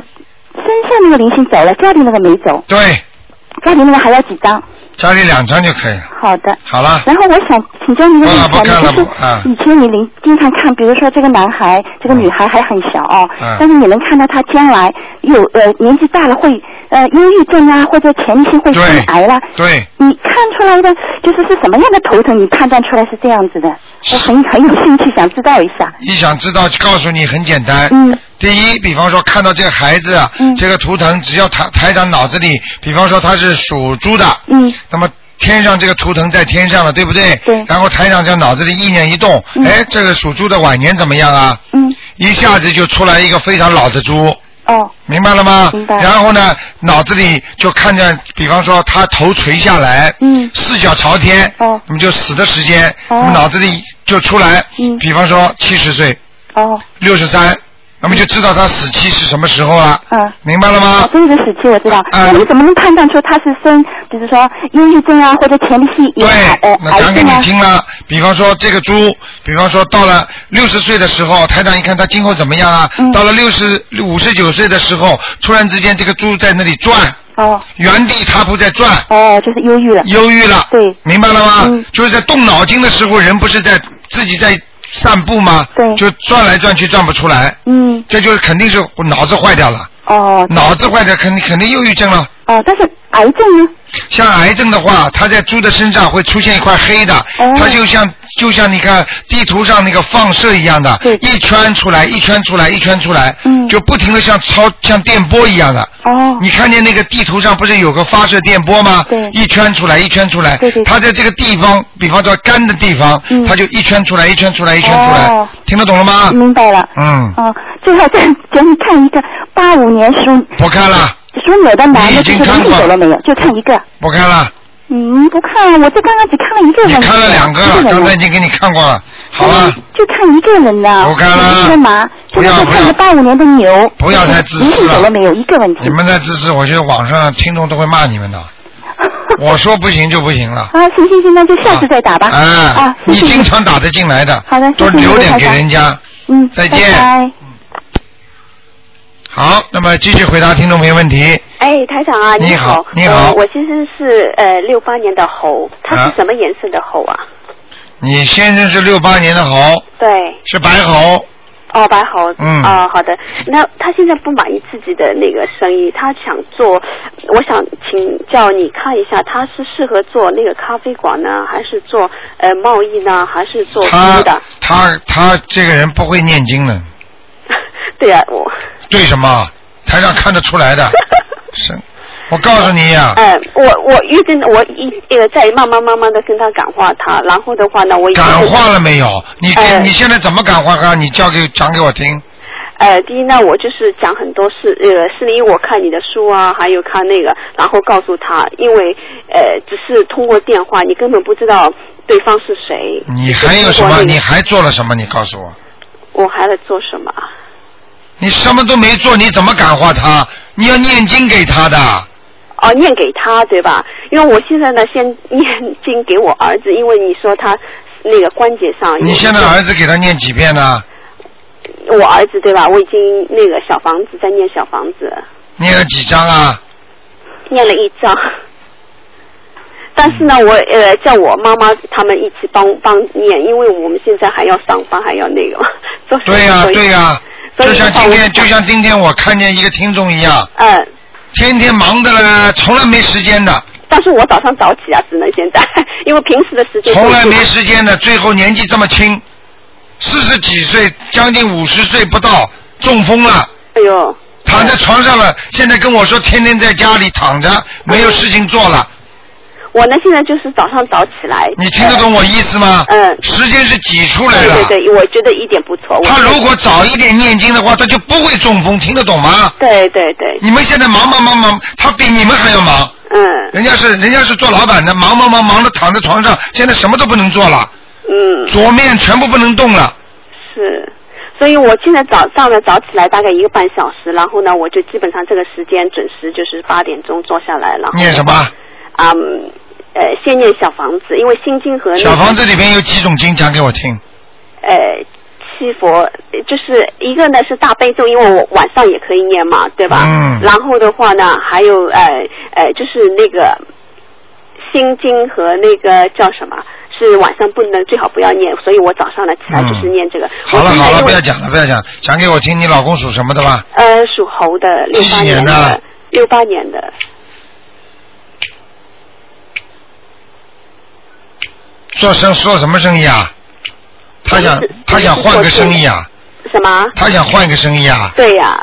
S9: 身上那个灵性走了，家里那个没走。
S1: 对，
S9: 家里那个还要几张？
S1: 家里两张就可以了。
S9: 好的。
S1: 好了，
S9: 然后我想请教你一个问题，
S1: 看
S9: 啊，
S1: 了
S9: 你就
S1: 啊不
S9: 是
S1: 啊？
S9: 以前你能经常看，比如说这个男孩、这个女孩还很小哦，
S1: 嗯
S9: 但是你能看到他将来有呃年纪大了会呃忧郁症啊，或者前列腺会生癌啦。
S1: 对，
S9: 你看出来的就是是什么样的头疼？你判断出来是这样子的，我很很有兴趣想知道一下。
S1: 你想知道，告诉你很简单。
S9: 嗯
S1: 第一，比方说看到这个孩子啊，这个图腾，只要台台长脑子里，比方说他是属猪的，
S9: 嗯，
S1: 那么天上这个图腾在天上了，对不对？对。然后台长在脑子里意念一动，哎，这个属猪的晚年怎么样啊？
S9: 嗯。
S1: 一下子就出来一个非常老的猪。
S9: 哦。
S1: 明白了吗？
S9: 明白
S1: 然后呢，脑子里就看着，比方说他头垂下来，
S9: 嗯，
S1: 四脚朝天，
S9: 哦，
S1: 那么就死的时间，
S9: 哦
S1: 那么脑子里就出来，
S9: 嗯
S1: 比方说七十岁，
S9: 哦，
S1: 六十三，那么就知道他死期是什么时候了。
S9: 嗯，
S1: 明白了吗？啊
S9: 这个时期我知道，那你怎么能判断出他是生，比如说忧郁症啊，或者前列腺有癌呃
S1: 那
S9: 癌
S1: 讲给
S9: 症
S1: 你
S9: 啊？
S1: 听了，比方说这个猪，比方说到了六十岁的时候，台长一看他今后怎么样啊？
S9: 嗯
S1: 到了六十五十九岁的时候，突然之间这个猪在那里转，
S9: 哦，
S1: 原地踏步在转。
S9: 哦，就是忧郁了。
S1: 忧郁了。
S9: 对。嗯
S1: 明白了吗？就是在动脑筋的时候，人不是在自己在散步吗？对。就转来转去转不出来。
S9: 嗯。
S1: 这就是肯定是脑子坏掉了。
S9: 哦，
S1: 脑子坏掉，肯定肯定忧郁症了。
S9: 哦，但是癌症呢？
S1: 像癌症的话，它在猪的身上会出现一块黑的，
S9: 哦
S1: 它就像就像你看地图上那个放射一样的，一圈出来，一圈出来，一圈出来，就不停的像超像电波一样的。
S9: 嗯哦，
S1: 你看见那个地图上不是有个发射电波吗？
S9: 对
S1: 一圈出来，一圈出来。
S9: 对对对
S1: 它在这个地方，比方说肝的地方，它就一圈出来，一圈出来，一圈出来。
S9: 嗯哦
S1: 听得懂了吗？
S9: 明白了。
S1: 嗯，
S9: 哦，最后再给你看一个八五年属
S1: 不看了，
S9: 属牛的男的，就是灵性走了没有？就看一个。
S1: 不看了，
S9: 嗯，不看，我这刚刚只看了一个人。你看了
S1: 两个了，刚才已经给你看过了。好了，
S9: 就看一个人呢。
S1: 不看了
S9: 你干嘛？现在在看个八五年的牛。
S1: 不要再自
S9: 灵
S1: 私啊
S9: 性走
S1: 了
S9: 了没有？一个问题。
S1: 你们在自私，我觉得网上听众都会骂你们 的。我说不行就不行了，
S9: 啊，行行行，那就下次再打吧。
S1: 哎、
S9: 啊，谢
S1: 你
S9: 谢
S1: 经常打得进来的，
S9: 好的，谢
S1: 多
S9: 谢你
S1: 留点
S9: 台
S1: 给
S9: 长
S1: 人家。
S9: 嗯，
S1: 再见
S9: 拜拜
S1: 好，那么继续回答听众朋友问题。
S12: 哎，台长啊，
S1: 你好
S12: 好，
S1: 你好
S12: 呃我先生是呃六八年的猴，他
S1: 啊
S12: 是什么颜色的猴啊？
S1: 你先生是六八年的猴，
S12: 对，
S1: 是白猴，
S12: 哦，白猴，
S1: 嗯
S12: 哦，好的。那他现在不满意自己的那个生意，他想做，我想请教你看一下，他是适合做那个咖啡馆呢，还是做呃贸易呢，还是做生意的？
S1: 他他这个人不会念经的，
S12: 对呀、我，
S1: 对什么？台上看得出来 的，是。我告诉你啊呀、
S12: 嗯、我我越跟我一呃在慢慢慢慢的跟他感化他，然后的话呢，我已经
S1: 感化了没有？你这、
S12: 哎
S1: 你现在怎么感化他？你教给讲给我听。
S12: 呃，第一呢，我就是讲很多事，呃，是因为我看你的书啊，还有看那个，然后告诉他，因为呃，只是通过电话，你根本不知道对方是谁。
S1: 你还有什
S12: 就是通过
S1: 么？
S12: 那个
S1: 你还做了什么？你告诉我。
S12: 我还在做什么啊？
S1: 你什么都没做，你怎么感化他？你要念经给他的。
S12: 哦，念给他对吧？因为我现在呢，先 念经给我儿子，因为你说他那个关节上有。
S1: 你现在儿子给他念几遍呢？
S12: 我儿子对吧？我已经那个小房子在念小房子，
S1: 念了几张啊？
S12: 念了一张。但是呢，我呃叫我妈妈他们一起帮帮念，因为我们现在还要上班，还要那个 做事
S1: 对呀、
S12: 所以
S1: 对呀、
S12: 所以
S1: 就像
S12: 的话
S1: 今
S12: 我
S1: 天，就像今天我看见一个听众一样，
S12: 嗯，
S1: 天天忙的了，从来没时间的，
S12: 但是我早上早起啊，只能现在， 因为平时的时间
S1: 从来没时间的，最后年纪这么轻，四十几岁，将近五十岁不到，中风了。
S12: 哎呦！
S1: 躺在床上了，现在跟我说天天在家里躺
S12: 嗯
S1: 着，没有事情做了。
S12: 我呢，现在就是早上早起来。
S1: 你听得懂我意思吗？
S12: 嗯。
S1: 时间是挤出来
S12: 对
S1: 的。
S12: 对对，我觉得一点不错。我
S1: 他如果早一点念经的话，他就不会中风，听得懂吗？
S12: 对对对。
S1: 你们现在忙忙忙忙，他比你们还要忙。
S12: 嗯。
S1: 人家是人家是做老板的，忙忙忙忙的躺在床上，现在什么都不能做了。
S12: 嗯。
S1: 左面全部不能动了。
S12: 是，所以我现在早上呢早起来大概一个半小时，然后呢我就基本上这个时间准时就是八点钟坐下来，然后
S1: 念什么？
S12: 啊、嗯呃先念小房子，因为心经和、那个、
S1: 小房子里面有几种经，讲给我听。
S12: 呃七佛，呃就是一个呢是大悲咒，因为我晚上也可以念嘛，对吧？
S1: 嗯
S12: 然后的话呢，还有呃呃，就是那个心经和那个叫什么？是晚上不能，最好不要念，所以我早上呢起来就是念这个。
S1: 嗯好了
S12: 我现在
S1: 好了，
S12: 因
S1: 不
S12: 为
S1: 要讲了不要讲，讲给我听。你老公属什么的吧？
S12: 呃，属猴的，六
S1: 几
S12: 八
S1: 几年
S12: 的
S1: 的，？
S12: 六八年的，
S1: 做生做什么生意啊？他想他想换个生意啊？
S12: 什么？
S1: 他想换一个生意啊？
S12: 对呀、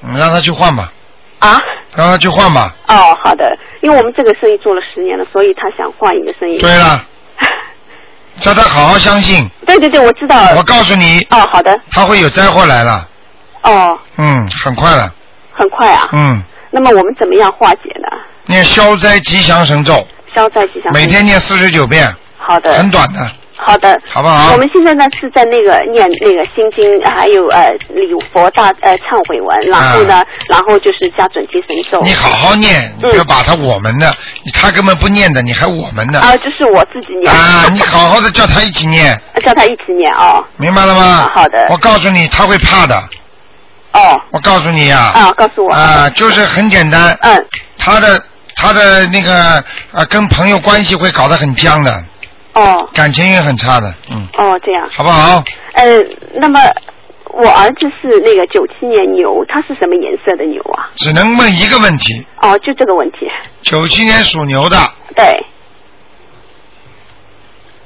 S1: 你让他去换吧，
S12: 啊，
S1: 让他去换吧。
S12: 哦，好的，因为我们这个生意做了十年了，所以他想换一个生意。
S1: 对了，叫他好好相信。
S12: 对对对，我知道。
S1: 我告诉你。
S12: 哦，好的。
S1: 他会有灾祸来了，
S12: 哦，
S1: 嗯，很快了，
S12: 很快啊。
S1: 嗯，
S12: 那么我们怎么样化解呢？
S1: 念消灾吉祥神咒，
S12: 消灾吉祥。
S1: 每天念四十九遍，
S12: 好的。
S1: 很短的，啊
S12: 好的，
S1: 好不好
S12: 嗯我们现在呢是在那个念那个心经，还有呃礼佛大呃忏悔文，然后呢，然后就是加准提神咒。
S1: 啊你好好
S12: 嗯
S1: 念，你不要把他我们的，你他根本不念的，你还我们的
S12: 啊，就是我自己念，
S1: 啊！你好好的叫他一起念，
S12: 啊叫他一起念哦。
S1: 明白了吗？
S12: 好的。
S1: 我告诉你，他会怕的。
S12: 哦。
S1: 我告诉你呀、啊。
S12: 告诉我。
S1: 就是很简单。
S12: 嗯。
S1: 他的他的那个啊，跟朋友关系会搞得很僵的，
S12: 哦
S1: 感情也很差的，嗯，
S12: 哦，这样。
S1: 好不好？
S12: 呃，那么我儿子是那个九七年牛，他是什么颜色的牛啊？
S1: 只能问一个问题：
S12: 哦，就这个问题。
S1: 九七年属牛的，
S12: 对，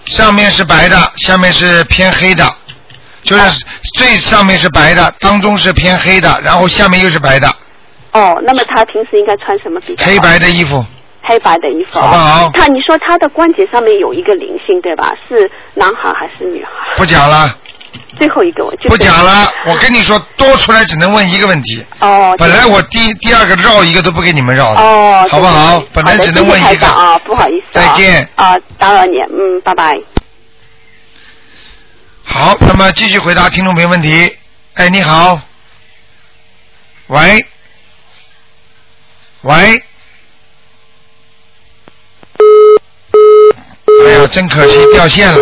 S1: 上面是白的，下面是偏黑的，
S12: 啊
S1: 就是最上面是白的，当中是偏黑的，然后下面又是白的，
S12: 哦，那么他平时应该穿什么比较好？
S1: 黑白的衣服。
S12: 黑白的衣服。
S1: 好不好
S12: 他你说他的关节上面有一个灵性对吧？是男孩还是女孩？
S1: 不讲了，
S12: 最后一个我就是
S1: 不讲了。我跟你说，多出来只能问一个问题。
S12: 哦。
S1: 本来我第第二个绕一个都不给你们绕的，
S12: 哦，
S1: 好不好
S12: 对对对？
S1: 本来只能
S12: 好的
S1: 问
S12: 谢谢
S1: 一个
S12: 台长啊，不好意思、啊。
S1: 再见。
S12: 啊，打扰你，嗯，拜拜。
S1: 好，那么继续回答听众朋友问题。哎，你好，喂，喂，哎呀，真可惜，掉线了。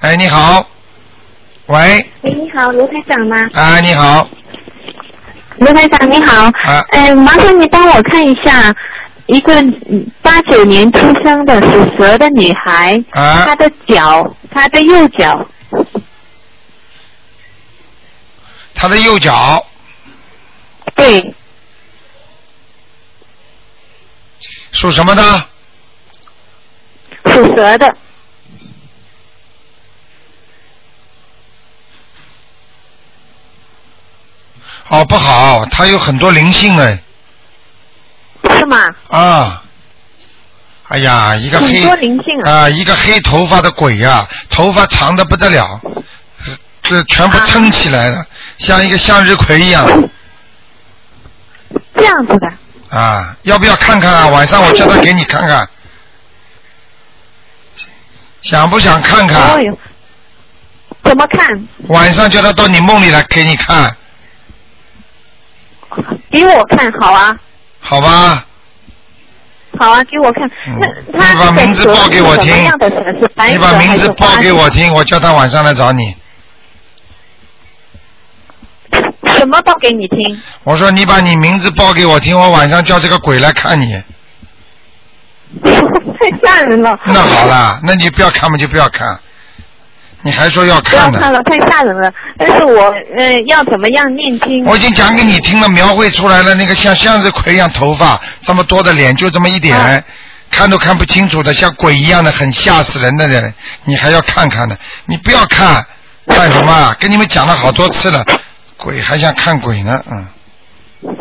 S1: 哎，你好，喂，
S7: 喂，你好，卢台长吗？
S1: 啊，你好，
S7: 卢台长你好，
S1: 啊，
S7: 呃，麻烦你帮我看一下一个嗯八九年出生的属蛇的女孩，
S1: 啊
S7: 她的脚，她的右脚，
S1: 他的右脚，
S7: 对，
S1: 属什么的？
S7: 属蛇的，
S1: 哦，不好，他有很多灵性哎，
S7: 是吗？
S1: 啊，哎呀，一个黑
S7: 很多灵性啊
S1: 啊、一个黑头发的鬼呀、头发长的不得了，这全部撑起来了，像一个向日葵一样
S7: 这样子的，
S1: 啊！要不要看看啊？晚上我叫他给你看看，想不想看看？
S7: 哦哟，怎么看？
S1: 晚上叫他到你梦里来给你看，
S7: 给我看好啊，
S1: 好吧？
S7: 好啊，给我看。那他
S1: 嗯你把名字报给我听
S7: 什么样的蛇是白
S1: 你
S7: 蛇
S1: 把
S7: 还
S1: 名
S7: 是
S1: 字报
S7: 花
S1: 给我听，我叫他晚上来找你。
S7: 什么报给你听？
S1: 我说你把你名字报给我听，我晚上叫这个鬼来看你。
S7: 太吓人了。
S1: 那好啦，那你不要看嘛，就不要看。你还说要
S7: 不要
S1: 看呢？
S7: 看了，太吓人了。但是我呃要怎么样念经？啊
S1: 我已经讲给你听了，描绘出来了，那个像向日葵一样头发这么多的脸，就这么一点，
S7: 啊
S1: 看都看不清楚的，像鬼一样的，很吓死人的人，你还要看看呢？你不要看，干什么啊？跟你们讲了好多次了，鬼还想看鬼呢，嗯，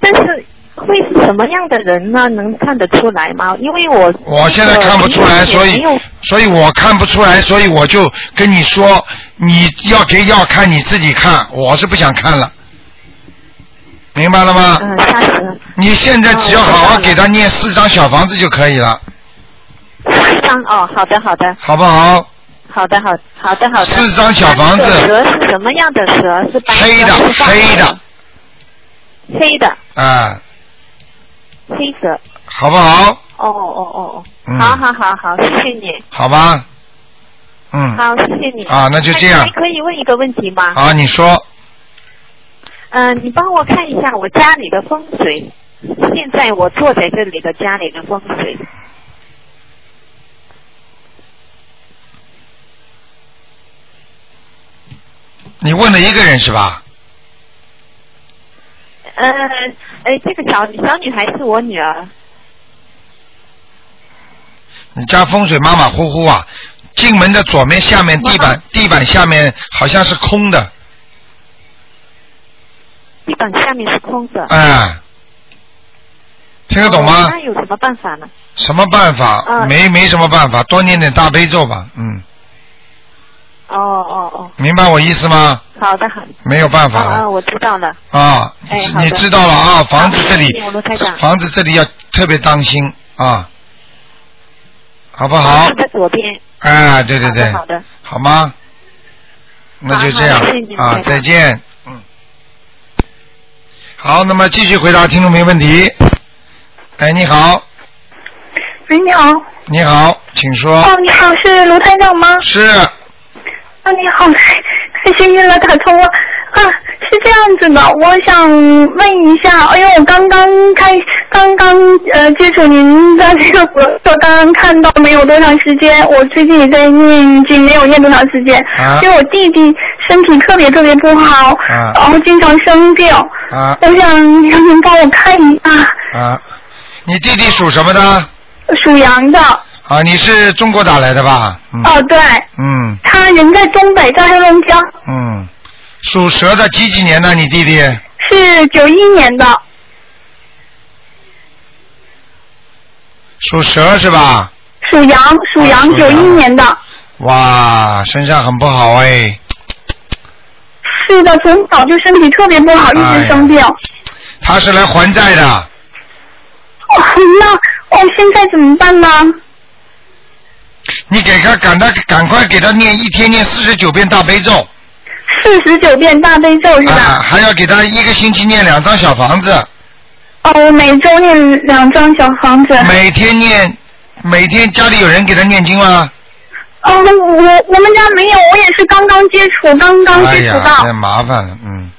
S7: 但是会是什么样的人呢？能看得出来吗？因为我
S1: 我现在看不出来，
S7: 呃
S1: 所以
S7: 没有
S1: 所以我看不出来，所以我就跟你说，你要给要看你自己看，我是不想看了，明白了吗？
S7: 嗯吓死了。
S1: 你现在只要好好给他念四张小房子就可以了，
S7: 四
S15: 啊
S7: 张哦，好的好的
S1: 好不好？
S7: 好的好好的好的。
S1: 四张小房子
S7: 那这个蛇是什么样的蛇？是白
S1: 黑的
S7: 蛇还是黄
S1: 黑的
S7: 黑的
S1: 啊，
S7: 黑蛇。
S1: 好不好？
S7: 哦哦哦哦，
S1: 嗯
S7: 好好好好，谢谢你，
S1: 好吧，嗯，
S7: 好谢谢你。
S1: 啊那就这样
S7: 还可以问一个问题吗？
S1: 好，你说
S7: 嗯、你帮我看一下我家里的风水。现在我坐在这里的家里的风水，
S1: 你问了一个人是吧？
S7: 呃，哎，这个小小女孩是我女儿，
S1: 你家风水马马虎虎啊，进门的左面下面地板地板下面好像是空的，
S7: 地板下面是空的。
S1: 哎，听得懂吗？
S7: 那有什么办法呢？
S1: 什么办法？
S7: 啊
S1: 没没什么办法，多念点大悲咒吧，嗯，
S7: 哦哦哦，
S1: 明白我意思吗？
S7: 好的好。
S1: 没有办法
S7: 啊
S1: 了
S7: 啊，我知道了。
S1: 啊，
S7: 哎，好的
S1: 你知道了啊，房子
S7: 好
S1: 这
S7: 谢
S1: 里
S7: 谢你卢台长，
S1: 房子这里要特别当心啊，好不好
S7: 房子？在左边。
S1: 哎，对对对，
S7: 好的。
S1: 好吗？那就这样
S7: 好好谢谢你
S1: 啊
S7: 台，长
S1: 再见。嗯，好，那么继续回答听众朋友问题。哎，你好，
S7: 哎
S16: 喂，你好。
S1: 你好，请说。
S16: 哦，你好，是卢台长吗？
S1: 是，
S16: 啊，你好，太幸运了，打通了。啊，是这样子的，我想问一下，因为我刚刚开，刚刚呃接触您的这个博客，刚刚看到没有多长时间，我最近也在念经，没有念多长时间，
S17: 啊
S16: 因为我弟弟身体特别特别不好，
S1: 啊
S16: 然后经常生病，
S1: 啊
S16: 我想让您帮我看一下，
S1: 啊，你弟弟属什么的？
S16: 属羊的，
S1: 啊，你是中国打来的吧？嗯
S16: 哦对，
S1: 嗯
S16: 他人在东北，在黑龙江。
S1: 嗯，属蛇的几几年的？你弟弟？
S16: 是九一年的，
S1: 属蛇是吧？啊
S16: 属羊，属羊，
S1: 哦属
S16: 九
S1: 羊
S16: 一年的。
S1: 哇，身上很不好哎，
S16: 是的，从小就身体特别不好，一
S1: 哎呀
S16: 直生病。
S1: 他是来还债的。
S16: 哦，那哦，现在怎么办呢？
S1: 你给他赶他赶快给他念一天念四十九遍大悲咒
S16: 四十九遍大悲咒是吧？
S1: 啊，还要给他一个星期念两张小房子，
S16: 哦，我每周念两张小房子。
S1: 每天念，每天家里有人给他念经吗？
S16: 哦，我我们家没有，我也是刚刚接触，刚刚
S1: 哎
S16: 接触
S1: 呀，
S16: 到。
S1: 太麻烦了，嗯，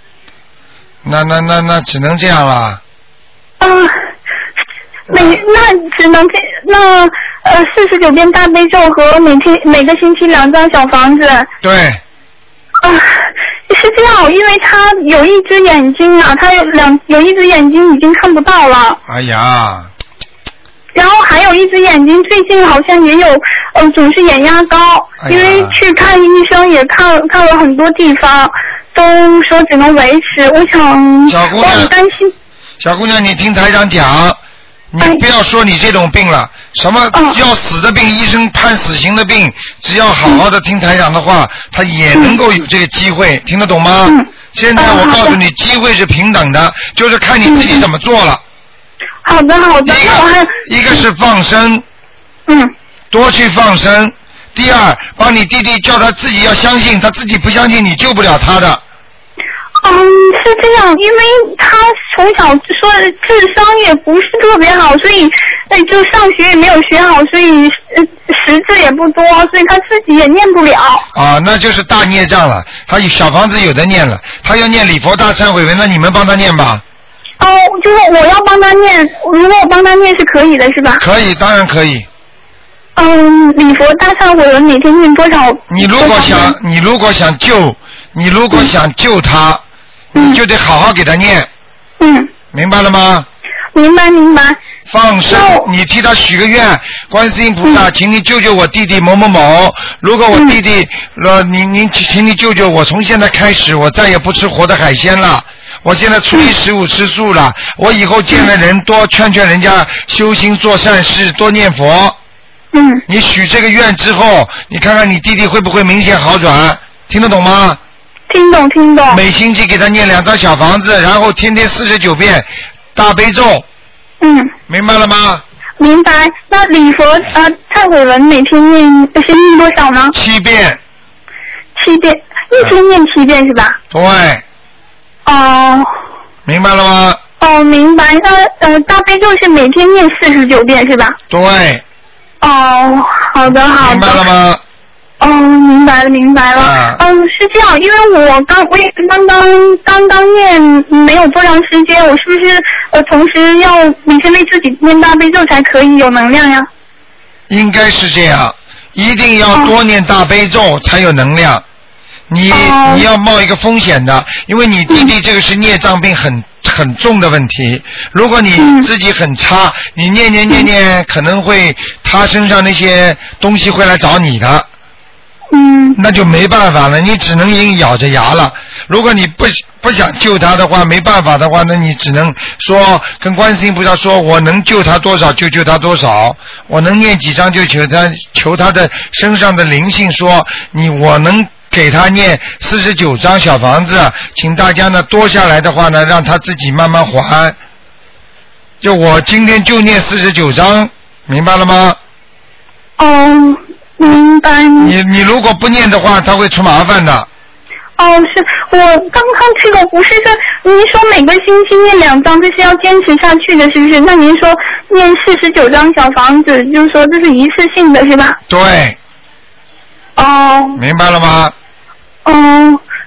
S1: 那那那那只能这样了。
S16: 啊、每那只能这那呃四十九遍大悲咒和每天每个星期两张小房子。
S1: 对，
S16: 啊，是这样，因为他有一只眼睛啊，他有两有一只眼睛已经看不到了，
S1: 哎呀，
S16: 然后还有一只眼睛最近好像也有，呃，总是眼压高，
S1: 哎呀
S16: 因为去看医生也看看了很多地方，都说只能维持。我想，
S1: 小姑
S16: 我
S1: 娘
S16: 很担心。
S1: 小姑娘，你听台长讲，你
S16: 哎
S1: 不要说你这种病了，什么
S16: 哦
S1: 要死的病，医生判死刑的病，只要好好的听台长的话，他也能够有这个机会，
S16: 嗯
S1: 听得懂吗？现在我告诉你，机会是平等的，就是看你自己怎么做了。
S16: 好的，好的，
S1: 一个一个是放生，
S16: 嗯，
S1: 多去放生。第二，帮你弟弟叫他自己要相信，他自己不相信你救不了他的。
S16: 嗯，是这样，因为他从小说的智商也不是特别好，所以呃就上学也没有学好，所以呃识字也不多，所以他自己也念不了。
S1: 啊，那就是大孽障了。他有小房子有的念了，他要念礼佛大忏悔文，那你们帮他念吧。
S16: 哦，就是我要帮他念，如果我帮他念是可以的，是吧？
S1: 可以，当然可以。
S16: 嗯，礼佛大忏悔文每天念多少？
S1: 你如果想，你如果想救，你如果想救他，你就得好好给他念。
S16: 嗯。
S1: 明白了吗？
S16: 明白明白。
S1: 放生，你替他许个愿，观世音菩
S16: 嗯
S1: 萨，请你救救我弟弟某某某。如果我弟弟，
S16: 嗯
S1: 呃，您您，请你救救我，从现在开始，我再也不吃活的海鲜了。我现在初
S16: 嗯
S1: 一十五吃素了，我以后见了人多劝劝人家修心做善事，多念佛。
S16: 嗯。
S1: 你许这个愿之后，你看看你弟弟会不会明显好转？听得懂吗？
S16: 听懂听懂。
S1: 每星期给他念两张小房子，然后天天四十九遍大悲咒。
S16: 嗯。
S1: 明白了吗？
S16: 明白。那礼佛呃忏悔文每天念是念多少呢？
S1: 七遍。
S16: 七遍，一天念七遍是吧？
S1: 对，
S16: 哦
S1: 明白了吗？
S16: 哦，明白。那呃大悲咒是每天念四十九遍是吧？
S1: 对，
S16: 哦，好的好的。明白了
S1: 吗？
S16: 哦，明白了明白了。嗯，是这样，因为我刚我也是刚刚刚刚念没有多长时间，我是不是呃同时要每天为自己念大悲咒才可以有能量呀？
S1: 应该是这样，一定要多念大悲咒才有能量。你你要冒一个风险的，因为你弟弟这个是孽障病很很重的问题。如果你自己很差，你念念念念，可能会他身上那些东西会来找你的。
S16: 嗯，
S1: 那就没办法了，你只能硬咬着牙了。如果你不不想救他的话，没办法的话，那你只能说跟观世音菩萨说，我能救他多少就救他多少，我能念几张就求他求他的身上的灵性说，你我能给他念四十九张小房子，请大家呢多下来的话呢，让他自己慢慢还。就我今天就念四十九张，明白了吗？
S16: 哦，明白。
S1: 你你如果不念的话，他会出麻烦的。
S16: 哦，是我刚刚这个不是说您说每个星期念两张，这是要坚持下去的，是不是？那您说念四十九张小房子，就是说这是一次性的，是吧？
S1: 对，
S16: 哦，
S1: 明白了吗？
S16: 哦，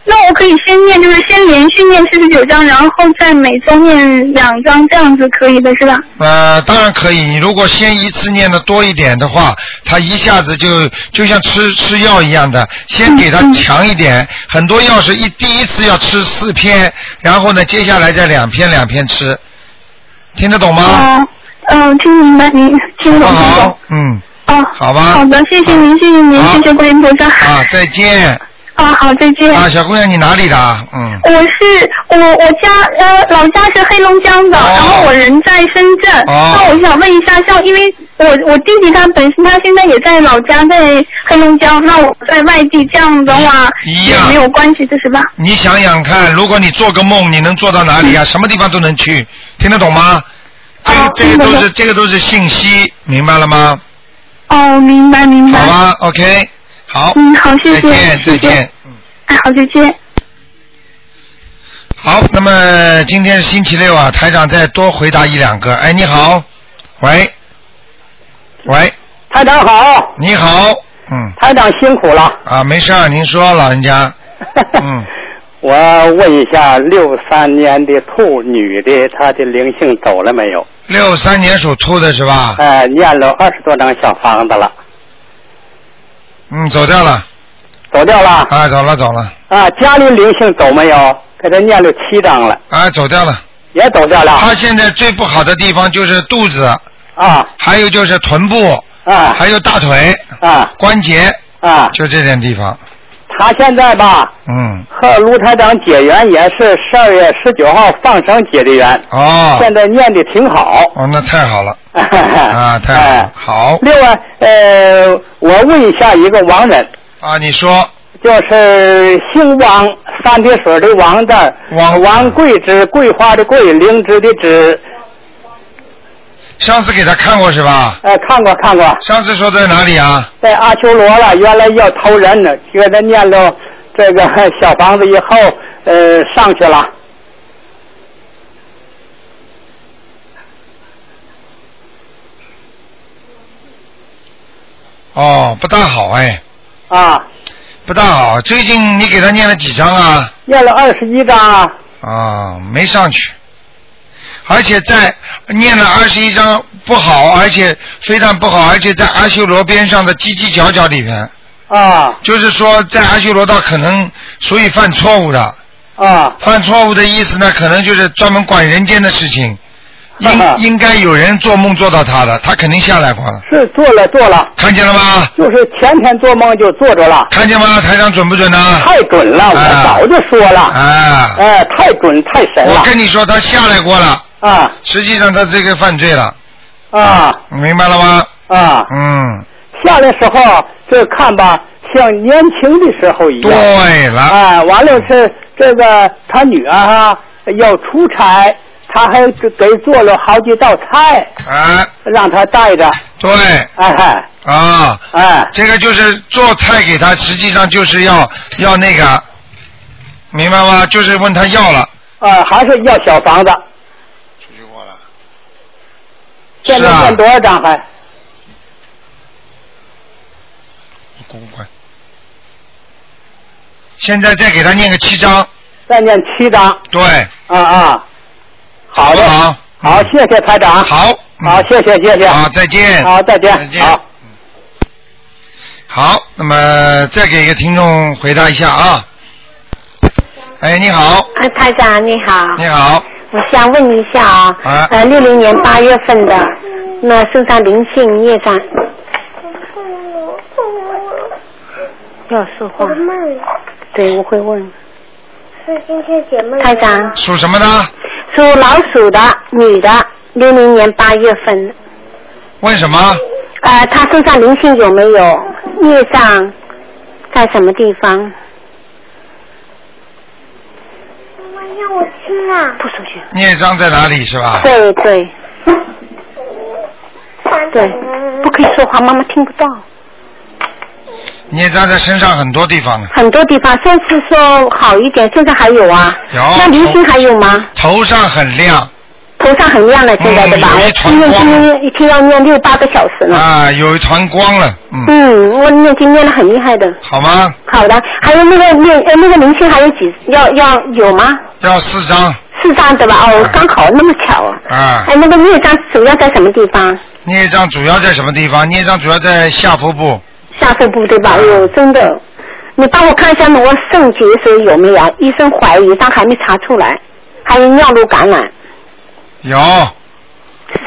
S16: 那我可以先念，就是先连续念四十九张，然后再每周念两张，这样子可以的，是吧？
S1: 呃，当然可以。你如果先一次念的多一点的话，他一下子就就像吃吃药一样的，先给他强一点。很多药是一第一次要吃四片，然后呢，接下来再两片两片吃，听得懂吗？
S16: 哦，嗯、听明白您，听懂听懂。
S1: 嗯，
S16: 哦，
S1: 好吧。
S16: 好的，谢谢您，谢谢您，谢谢观音菩萨。
S1: 啊，再见。
S16: 啊，好，再见。
S1: 啊，小姑娘，你哪里的啊？嗯，
S16: 我是我我家呃老家是黑龙江的，然后我人在深圳。
S1: 哦
S16: 那我想问一下，像因为我我弟弟他本身他现在也在老家在黑龙江，那我在外地这样的话
S1: 一
S16: 也
S1: 样
S16: 没有关系的是吧？
S1: 你想想看，如果你做个梦，你能做到哪里
S16: 嗯
S1: 啊？什么地方都能去，听得懂吗？这个这个都是这个都是信息，明白了吗？
S16: 哦，明白明白。
S1: 好吧，OK，好。
S16: 嗯，好，谢谢，
S1: 再见，再
S16: 谢谢
S1: 见。。
S16: 哎，好，再见。
S1: 好，那么今天是星期六啊，台长再多回答一两个。哎，你好，喂，喂，
S17: 台长好，
S1: 你好，嗯，
S17: 台长辛苦了。
S1: 啊，没事儿，您说，老 人家，嗯，
S17: 我问一下，六三年的兔女的，她的灵性走了没有？
S1: 六三年属兔的是吧？
S17: 呃，念了二十多张小房子了，
S1: 嗯，走掉了，
S17: 走掉了。
S1: 啊，走了，走了，
S17: 啊，家里灵性走没有？给她念了七张了，
S1: 啊，走掉了。
S17: 也走掉了。
S1: 他现在最不好的地方就是肚子
S17: 啊，
S1: 还有就是臀部
S17: 啊，
S1: 还有大腿
S17: 啊，
S1: 关节
S17: 啊，
S1: 就这点地方，
S17: 她现在吧
S1: 嗯，
S17: 和卢台长结缘也是十二月十九号放生结的缘，
S1: 哦，
S17: 现在念的挺好。
S1: 哦，那太好了，啊，太好
S17: 哎
S1: 了，好
S17: 另外，呃，我问一下一个亡人，
S1: 啊，你说
S17: 就是姓王，三点水的王字儿，王王桂枝，桂花的桂，灵芝的芝，
S1: 上次给他看过是吧？
S3: 哎，看过看过，
S1: 上次说在哪里啊？
S3: 在阿修罗了，原来要投人呢，给他念了这个小房子以后，呃，上去了。
S1: 哦，不大好哎，
S3: 啊，
S1: 不大好。最近你给他念了几张啊？
S3: 念了二十一章啊，
S1: 啊，没上去，而且在念了二十一章不好，而且非常不好，而且在阿修罗边上的犄犄角角里边，
S3: 啊
S1: 就是说在阿修罗道可能属于犯错误的。
S3: 啊，
S1: 犯错误的意思呢，可能就是专门管人间的事情，
S3: 啊
S1: 应应该有人做梦做到他的，他肯定下来过了。
S3: 是做了做了，
S1: 看见了吗？
S3: 就是前天做梦就做着了，
S1: 看见吗？台长准不准呢、
S3: 太准了，我早就说了，
S1: 啊，
S3: 哎，太准太神了
S1: 我跟你说，他下来过了，
S3: 啊
S1: 实际上他这个犯罪了，
S3: 啊
S1: 你明白了吗？
S3: 啊，
S1: 嗯，
S3: 下来时候这看吧，像年轻的时候一样，
S1: 对了
S3: 哎，完了是这个他女儿啊要出差，他还给给做了好几道菜，
S1: 啊，
S3: 让他带着，
S1: 对，
S3: 哎
S1: 啊，
S3: 哎，
S1: 这个就是做菜给他，实际上就是要要那个，明白吗？就是问他要了，
S3: 啊，还是要小房子，
S1: 是
S3: 现在
S1: 啊
S3: 念，多少张还？
S1: 滚滚。现在再给他念个七章，
S3: 再念七张，
S1: 对，
S3: 啊啊，好的，
S1: 好嗯
S3: 好，谢谢台长，
S1: 好，嗯
S3: 好，谢谢谢谢，
S1: 好，再见，
S3: 好，再见，
S1: 再见
S3: 好，
S1: 好，那么再给一个听众回答一下啊。哎，你好，
S15: 啊，台长你好，
S1: 你好，
S15: 我想问一下啊，
S1: 啊
S15: 呃，六零年八月份的，那身上灵性业障，不要说话，
S7: 梦
S15: 对，我会问。
S7: 是今天解梦。
S15: 台长
S1: 属什么呢？
S15: 属老鼠的女的，六零年八月份，
S1: 问什么？
S15: 呃，她身上灵性有没有？业障在什么地方？
S7: 妈妈让我吃啊。不
S15: 出去。
S1: 孽障在哪里是吧？
S15: 对对。对，不可以说话，妈妈听不到。
S1: 孽障在身上很多地方呢，
S15: 很多地方上次说好一点，现在还有啊。
S1: 有
S15: 那灵性还有吗？
S1: 头上很亮
S15: 头上很亮了，现在对吧？
S1: 嗯有一团
S15: 今天今天一天要念六八个小时呢。
S1: 啊，有一团光了，嗯，
S15: 嗯，我念经念的很厉害的。
S1: 好吗？
S15: 好的，还有那个念呃那个灵性还有几要要有吗？
S1: 要四张嗯
S15: 四张对吧？哦，刚好那么巧啊。
S1: 啊。
S15: 哎，那个孽障主要在什么地方？
S1: 孽障主要在什么地方？孽障主要在下腹部，
S15: 下腹部对
S1: 嗯
S15: 吧？哎呦，真的，你帮我看一下我肾结石有没有啊？医生怀疑，但还没查出来，还有尿路感染，
S1: 有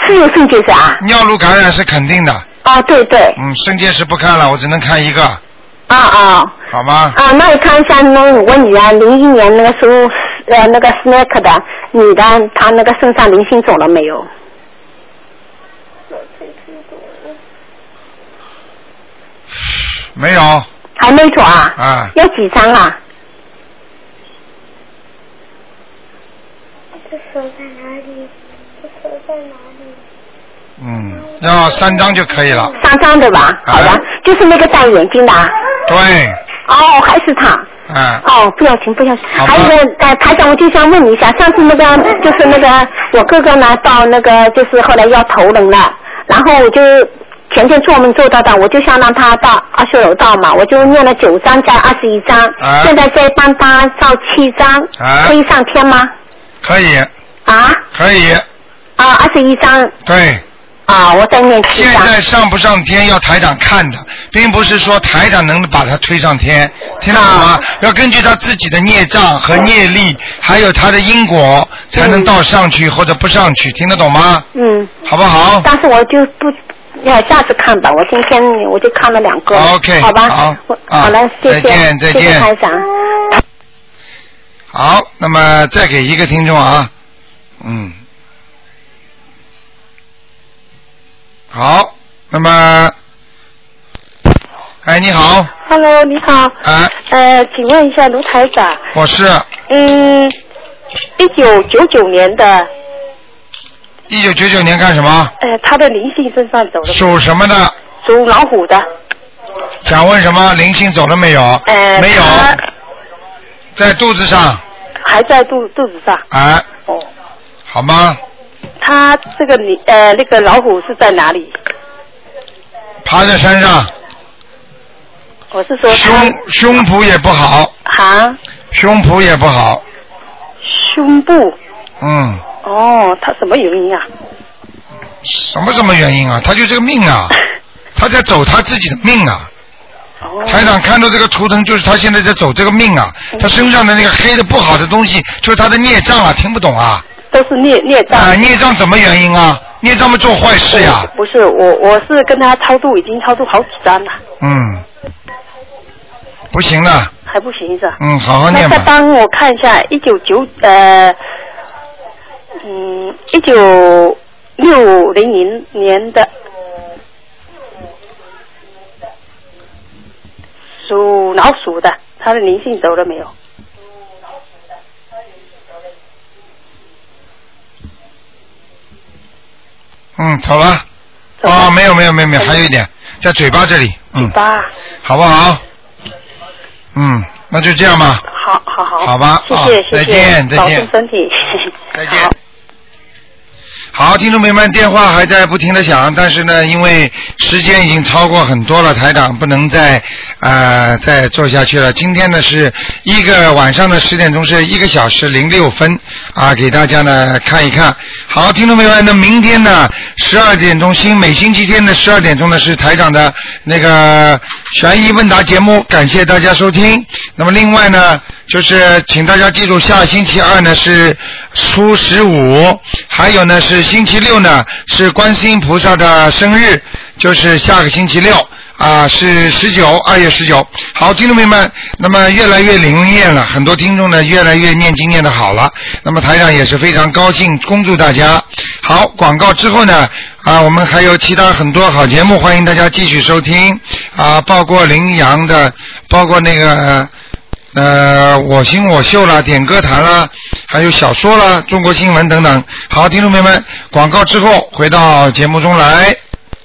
S15: 是有肾结石啊？
S1: 尿路感染是肯定的，
S15: 啊，对对，
S1: 嗯，肾结石不看了，我只能看一个，
S15: 啊啊
S1: 好吗？
S15: 啊！那你看一下，那我女儿零一年那个时候，呃，那个 snack 的女的，她那个身上灵性走了没有？
S1: 没有
S15: 还没走啊？
S1: 啊，
S15: 要几张啊？
S7: 这手在哪里？这手在哪里？
S1: 嗯，要三张就可以了，
S15: 三张对吧？
S1: 啊
S15: 好的，就是那个戴眼镜的啊。
S1: 对，
S15: 哦，还是她。
S1: 啊，
S15: 哦，不要紧，不要紧。
S1: 好吧
S15: 还有一个，呃，台长，我就想问你一下，上次那个就是那个我哥哥呢，到那个就是后来要投人了，然后我就前天做梦做到的，我就想让他到二十楼道嘛，我就念了九章加二十一章，
S1: 啊
S15: 现在在帮他造七章，
S1: 啊
S15: 可以上天吗？
S1: 可以，
S15: 啊
S1: 可以，
S15: 啊，二十一章
S1: 对。
S15: 啊，我在念七
S1: 现
S15: 章。
S1: 在上不上天要台长看的，并不是说台长能把他推上天，听得懂
S15: 啊
S1: 吗？要根据他自己的孽障和业力，还有他的因果，才能到上去或者不上去，听得懂吗？
S15: 嗯，
S1: 好不好
S15: 但是我就不，要下次看吧。我今天我就看了两个
S1: OK，
S15: 好吧，
S1: 好
S15: 我
S1: 啊
S15: 好了，谢
S1: 再
S15: 谢，
S1: 见再见
S15: 谢谢台长。
S1: 好，那么再给一个听众啊，嗯，好，那么，哎，你好，
S18: Hello，你好，
S1: 哎，
S18: 呃，请问一下卢台长，
S1: 我是
S18: 嗯，一九九九年的
S1: 一九九九年干什么？
S19: 呃，他的灵性身上走了，
S1: 属什么的？
S19: 属老虎的，
S1: 想问什么？灵性走了没有？
S19: 呃，
S1: 没有，
S19: 他
S1: 在肚子上，
S19: 还在肚肚子上。
S1: 哎，
S19: 哦
S1: 好吗？
S19: 他这个你呃那个老虎是在哪里？
S1: 爬在山上，
S19: 我是说他
S1: 胸脯也不好，
S19: 啊
S1: 胸脯也不好，
S19: 胸部
S1: 嗯，
S19: 哦，他什么原因啊？
S1: 什么什么原因啊？他就这个命 啊，他在走他自己的命啊。
S19: 哦
S1: 台长看到这个图腾，就是他现在在走这个命啊，
S19: 嗯
S1: 他身上的那个黑的不好的东西，就是他的孽障啊，听不懂啊。
S19: 都是孽孽障。
S1: 啊，孽障怎么原因啊？孽障么做坏事呀、
S19: 不是我，我是跟他超度，已经超度好几张了，
S1: 嗯，不行的，
S19: 还不行是吧？
S1: 嗯，好好
S19: 那
S1: 念
S19: 再
S1: 吧。
S19: 帮我看一下，一九九呃，嗯，一九六零零年的属老鼠的，他的灵性走了没有？
S1: 嗯，走了。哦，没有没有没有没有，还有一点在嘴巴这里，嗯，
S19: 八，
S1: 好不好？嗯，那就这样吧。
S19: 好好好，
S1: 好吧
S19: 谢
S1: 啊
S19: 谢谢
S1: 再
S19: 谢，
S1: 见再
S19: 保
S1: 见
S19: 重身 体，再见。
S1: 好，听众朋友们，电话还在不停的响，但是呢，因为时间已经超过很多了，台长不能再呃再做下去了。今天呢是一个晚上的十点钟是一个小时零六分啊，给大家呢看一看。好，听众朋友们，那明天呢十二点钟星每星期天的十二点钟呢是台长的那个悬疑问答节目，感谢大家收听。那么另外呢，就是请大家记住，下星期二呢是初十五，还有呢是星期六呢是观世音菩萨的生日，就是下个星期六啊是十九，二月十九。好，听众朋友们，那么越来越灵验了，很多听众呢越来越念经念的好了。那么台长也是非常高兴，恭祝大家。好，广告之后呢，啊，我们还有其他很多好节目，欢迎大家继续收听啊，包括羚羊的，包括那个。呃呃，我行我秀啦，点歌坛啦，还有小说啦，中国新闻等等。好，听众朋友们，广告之后回到节目中来。